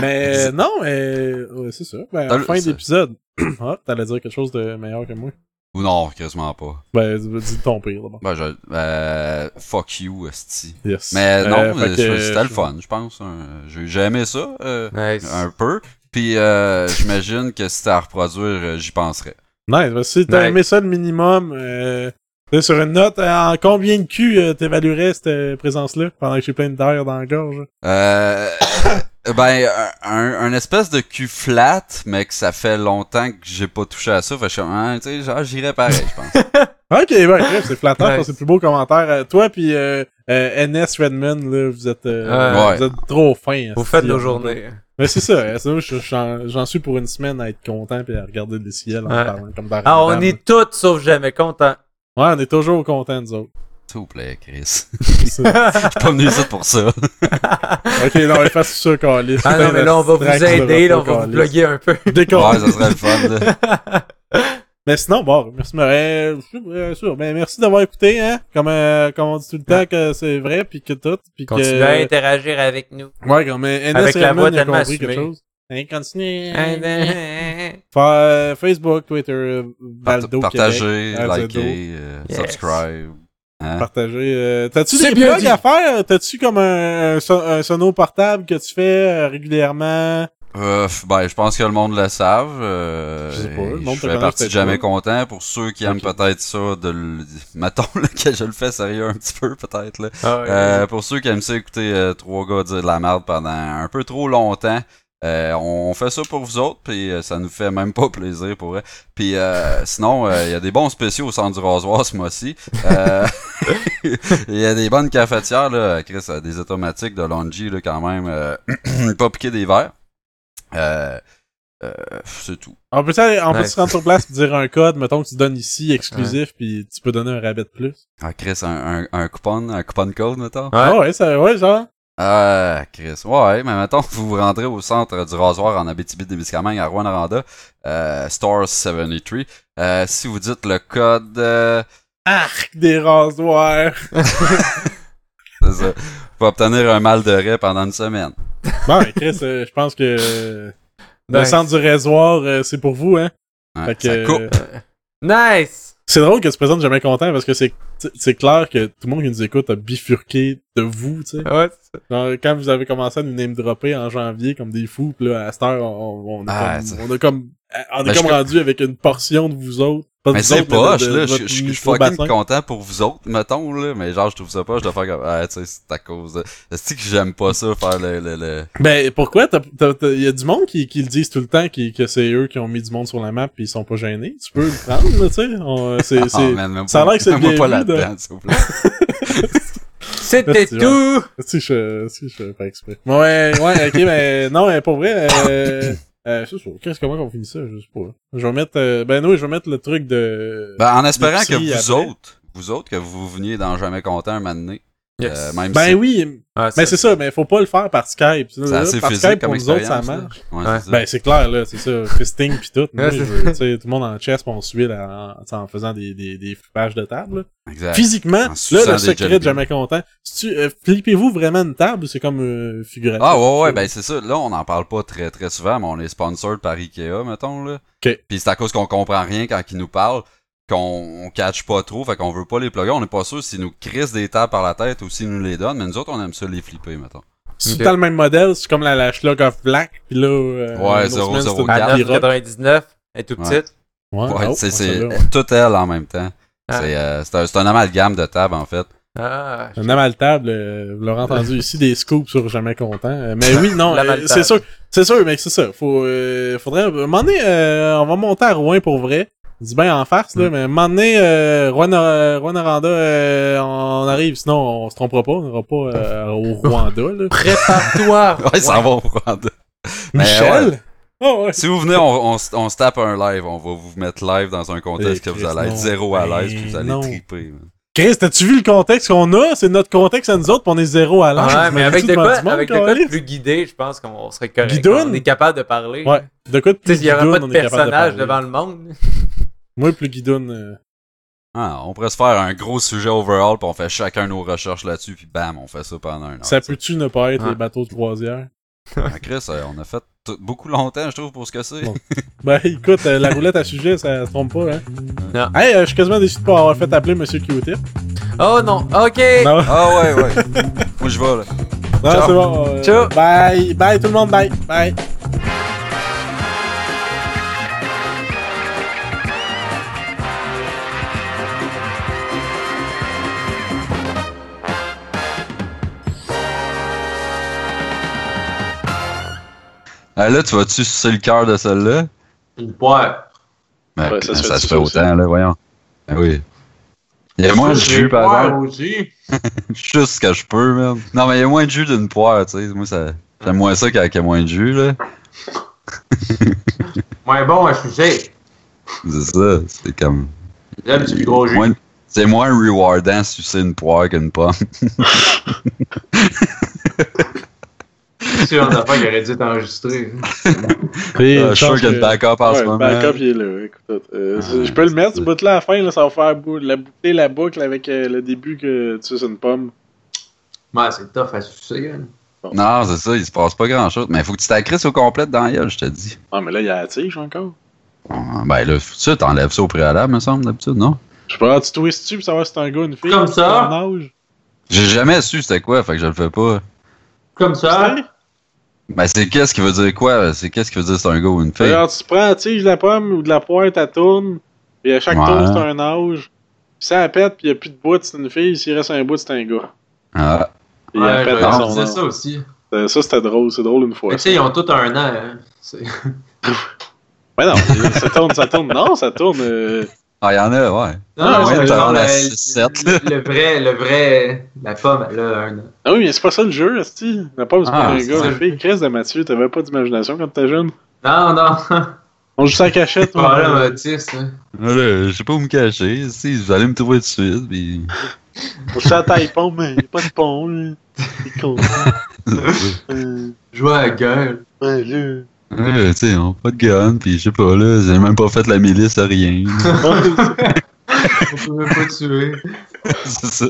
Mais euh, non, mais. ouais, c'est ça. Ben,
T'as le-
fin
c'est-
d'épisode. Ah, t'allais dire quelque chose de meilleur que moi.
Ou non, quasiment pas.
Ben, dis- dis ton pire d'abord.
Ben, je, euh, fuck you, esti.
Yes.
Mais non,
Euh, fait
euh,
que-
c'était le fun, je pense. hein. J'ai j'ai aimé ça, euh,
nice.
un peu. Puis euh, j'imagine que si c'était à reproduire, euh, j'y penserais.
Nice. Ben, si t'as
Nice.
aimé ça le minimum, euh, t'sais, sur une note, euh, en combien de cul euh, t'évaluerais cette euh, présence-là pendant que j'ai plein d'air dans la gorge?
Euh, ben, un, un espèce de cul flat, mais que ça fait longtemps que j'ai pas touché à ça. Fait que je suis comme, hein, tu sais, genre, j'irais pareil, je pense.
Ok, ben, Chris, c'est flatteur,
Nice.
ça, c'est le plus beau commentaire. Euh, toi puis euh, euh, NS Redmond, là, vous êtes, euh,
Ouais.
Ouais.
vous êtes trop fins. hein,
Vous
esti.
faites nos journées.
Mais c'est ça, euh, sinon, je- j'en j'en suis pour une semaine à être content puis à regarder le ciel en
Ouais.
parlant comme dans
Ah, on
Ramadan.
est toutes sauf jamais contents.
Ouais, on est toujours contents, nous autres.
S'il vous plaît, Chris.
C'est ça.
Je suis pas venu ici pour ça.
ok, non, mais fasse ça, Calis.
Ah non, mais là, on va vous aider, là, on va vous bloguer un peu.
Ouais, ça serait le fun, là.
Mais sinon, bon, merci, mais, bien sûr, ben, merci d'avoir écouté, hein. Comme, euh, comme on dit tout le temps que c'est vrai puis que tout. Puis que...
Continuez à interagir avec nous.
Ouais, comme euh, NS
Avec la
Redmond,
voix
il a
tellement
compris quelque
assumée.
chose. Hein, Continuez.
Ah, Yes.
Fa- Facebook, Twitter, euh,
Part-
Baldo
partagez,
Québec, Baldo.
likez, euh,
Yes.
subscribe. Hein?
Partagez. euh, T'as-tu
C'est
des
bien
blogs
dit.
à faire? T'as-tu comme un, un, son- un sono portable que tu fais euh, régulièrement?
Euh, f- ben, je pense que le monde le savent. euh,
Je sais pas,
et
le monde
je
te
fais
connaît
partie de
peut-être
Jamais
pas.
Content. Pour ceux qui aiment peut-être ça, de le... mettons là, que je le fais sérieux un petit peu, peut-être. là.
Ah,
Euh, pour ceux qui aiment ça écouter euh, trois gars dire de la merde pendant un peu trop longtemps, euh, on fait ça pour vous autres, puis euh, ça nous fait même pas plaisir pour vrai. Puis euh, sinon, euh, il y a des bons spéciaux au centre du rasoir ce mois-ci. Euh, Il y a des bonnes cafetières, là, Chris, euh, des automatiques de Longy, là, quand même. euh, pas piquer des verres. Euh, euh, c'est tout.
On peut aller- on peut
Nice.
se rendre sur place et dire un code, mettons que tu donnes ici exclusif, puis tu peux donner un rabais de plus.
Ah, Chris, un, un, un coupon, un coupon code, mettons.
Ouais.
Ah ouais, ça, ouais, genre.
Ah, Chris. Ouais, mais mettons, vous vous rendrez au centre du rasoir en Abitibi-Témiscamingue à Rwanda, euh, Stars 73. Euh, si vous dites le code... euh,
Arc des rasoirs.
c'est ça, vous pouvez obtenir un mal de raie pendant une semaine.
Bon, ben, Chris, euh, je pense que euh, le
Nice.
centre du rasoir, euh, c'est pour vous, hein.
Ouais,
Fait que,
ça coupe.
euh,
Nice!
C'est drôle que tu présentes jamais content parce que c'est c'est clair que tout le monde qui nous écoute a bifurqué de vous, tu sais.
Ah, Ouais, c'est ça.
Genre, quand vous avez commencé à nous name dropper en janvier comme des fous, pis là, à cette heure, on, on, on, est
Ah,
comme-
ça-
on a comme, on est
Ben,
comme
je-
rendu avec une portion de vous autres. Pas de
Mais
vous
c'est
autres, mais de-
poche,
de
là. Je
votre
je- je suis
micro-bassin.
fucking content pour vous autres, mettons, là. Mais genre, je trouve ça poche de faire comme. Ah, tu sais, c'est à cause de. C'est que j'aime pas ça, faire le. le, le...
Ben, pourquoi? t'as- t'as- t'as- Y a du monde qui, qui le disent tout le temps qui, que c'est eux qui ont mis du monde sur la map pis ils sont pas gênés. Tu peux le prendre, là, tu sais. On- euh, c'est-
Ah,
c'est-
man, même
ça a
pas-
l'air que c'est
même pas
bienvenu,
là-dedans, s'il vous plaît.
C'était
C'est
Euh,
tout!
Si je, si je fais pas exprès. Ouais, ouais, ok, ben non, mais pour vrai, euh, euh, c'est sûr. Qu'est-ce comment on finit ça, je sais pas. Je vais mettre, euh, ben oui, je vais mettre le truc de.
Ben, en espérant que
L'épicerie
vous
après.
autres, vous autres, que vous veniez dans Jamais Content un moment donné. euh, même
Ben
si
oui,
Ouais,
mais c'est ça, mais faut pas le faire par Skype.
c'est
Là,
assez
par
physique
Skype,
comme
Euh, pour nous autres, ça
expérience. là.
marche.
Ouais,
Ouais.
c'est ça.
Ben c'est clair, là, c'est ça, fisting pis tout. Moi,
Ouais,
je
c'est-
veux, tu sais, tout le monde en chess, pis on se suit là, en, en faisant des, des, des flippages de table. là.
exact.
Ben, Physiquement, là,
Ben, suçant
le
des
secret
jelly
de jamais content. c'est-tu, euh, Flippez-vous vraiment une table ou c'est comme euh, figuratif?
Ah ouais ouais ben c'est ça là on en parle pas très très souvent mais on est sponsored par Ikea mettons là.
Ok.
Puis c'est à cause qu'on comprend rien quand ils nous parlent qu'on on catch pas trop fait qu'on veut pas les plugger on est pas sûr s'ils nous crissent des tables par la tête ou s'ils nous les donnent mais nous autres on aime ça les flipper mettons.
C'est
Ok.
tout le temps le même modèle, c'est comme la, la Schlag of Black, pis là... euh,
Ouais,
nos semaines, c'est
004.
une
Ah,
À
pirogue.
999, elle est tout
Ouais.
petite.
Ouais,
Ouais,
oh,
c'est
ouais,
c'est
celle-là, ouais.
tout elle en même temps.
Ah.
C'est euh, c'est un, c'est un amalgame de tables en fait.
Ah,
Un amaltable, euh, vous l'aurez entendu ici, des scoops sur Jamais Content. Euh, mais oui, non,
L'amaltable.
euh, c'est sûr, c'est sûr, mec, c'est ça. Faut, euh, faudrait, à un moment donné, euh, on va monter à Rouen pour vrai. Je Dis bien en farce,
Mm.
là, mais à un moment donné, euh, Rouen, euh, Rouen Aranda, euh, on arrive, sinon on se trompera pas, on n'ira pas euh, au Rwanda, là.
prépare-toi!
Ouais, ça va au Rwanda. Mais
Michel? Oh, ouais.
Si vous venez, on, on, se- on se tape un live, on va vous mettre live dans un
Eh,
contexte que vous
Christ,
allez être
non.
zéro à
Ben,
l'aise puis vous allez
non.
triper. man.
Chris, t'as-tu vu le contexte qu'on a? C'est notre contexte à nous autres, pis on est zéro à l'âge.
Ouais, mais avec des codes, avec des codes
codes
plus guidés, je pense qu'on serait correct.
Guidoune?
On est capable de parler.
Ouais, de quoi de
Tu
plus
sais, il y aurait
guidoune,
pas
on
de
est capable
personnage
parler.
devant le monde.
Moi, plus guidoune. euh,
Ah, on pourrait se faire un gros sujet overall, puis on fait chacun nos recherches là-dessus, puis bam, on fait ça pendant un an.
Ah, ça peut-tu ne pas être
Ouais.
les bateaux de croisière?
Ah, Chris, euh, on a fait t- beaucoup longtemps, je trouve, pour ce que c'est.
Bon. Ben, écoute, euh, la roulette à sujet, ça se trompe pas, hein?
Non.
Hey, euh, je suis quasiment déçu de pas avoir fait appeler Monsieur Q-Tip.
Oh non, ok!
Non,
Ah ouais, ouais. Moi, je vais, là.
non
Ciao.
c'est bon. euh,
Ciao.
Bye, bye tout le monde, bye, bye.
Ah, là, tu vas-tu sucer le cœur de celle-là?
Ouais.
Ben,
Ouais,
ça,
ça se
se
fait tout
fait
ça aussi.
autant, là, voyons. Ben oui. Il y a moins de jus, par exemple.
aussi.
Juste ce que je peux, man. Non, mais il y a moins de jus d'une poire, tu sais. Moi, ça... j'aime moins ça qu'avec moins de jus, là.
Moins bon à sucer.
C'est ça, c'est comme...
J'aime du plus gros jus.
Moins- C'est moins rewardant sucer une poire qu'une pomme.
C'est un affaire qui aurait dû être enregistré.
Euh, je suis sûr qu'il y a une backup en ce moment.
ben, il est là, écoute. euh, je peux le mettre, ce bout-là, à la fin, là, ça va faire bou- la boucler la boucle avec euh, le début que tu sais, c'est une pomme.
Ouais, c'est tough à sucer. hein.
Non, c'est ça, il se passe pas grand chose. Mais faut que tu t'accrisses au complet dans la gueule, je te dis.
Ah, mais là, il y a la tige encore.
Ah, Ben là, faut- ça, t'enlèves ça au préalable, me semble, d'habitude, non?
Je peux tu twists-tu pour savoir si c'est un gars ou une fille?
Comme ça?
Ton âge?
J'ai jamais su c'était quoi, fait que je le fais pas.
Comme ça.
Ben c'est qu'est-ce qui veut dire quoi? C'est qu'est-ce qui veut dire c'est un gars ou une fille?
Alors, tu prends la tige de la pomme ou de la pointe, elle tourne, et à chaque
Ouais.
tour, c'est un âge. Puis ça elle pète, puis il n'y a plus de bout, c'est une fille. S'il reste un bout, c'est un gars.
Ah.
Puis elle
Ouais,
pète
je
dans
leur
son
disais
âge.
ça aussi.
Euh, Ça, c'était drôle. C'est drôle une fois.
Mais tu sais, ils ont tous un an. hein. C'est-
Mais non, ça tourne, ça tourne. Non, ça tourne. euh,
Ah, il y en a, ouais.
Non, non,
ouais,
c'est
t'en
genre
as
la-
six, sept, là.
Le vrai, le vrai, la pomme, elle a un an.
Ah oui, mais c'est pas ça le jeu, Asti. La pomme, c'est
Ah,
pas un
c'est
gars,
ça.
la fille. Chris de Mathieu, t'avais pas d'imagination quand t'étais jeune.
Non, non.
On joue ça à cachette.
Pas là, hein.
on-
Mathis. là.
Là, je sais pas où me cacher. Si, vous allez me trouver tout de suite, pis.
On joue ça à taille pont, mais y a pas de pont. là. C'est con. Euh,
Jouer à la gueule.
ouais, là.
Ouais, tu sais, on a pas de gun, pis je sais pas, là, j'ai même pas fait la milice, rien.
On peut même pas tuer.
c'est ça.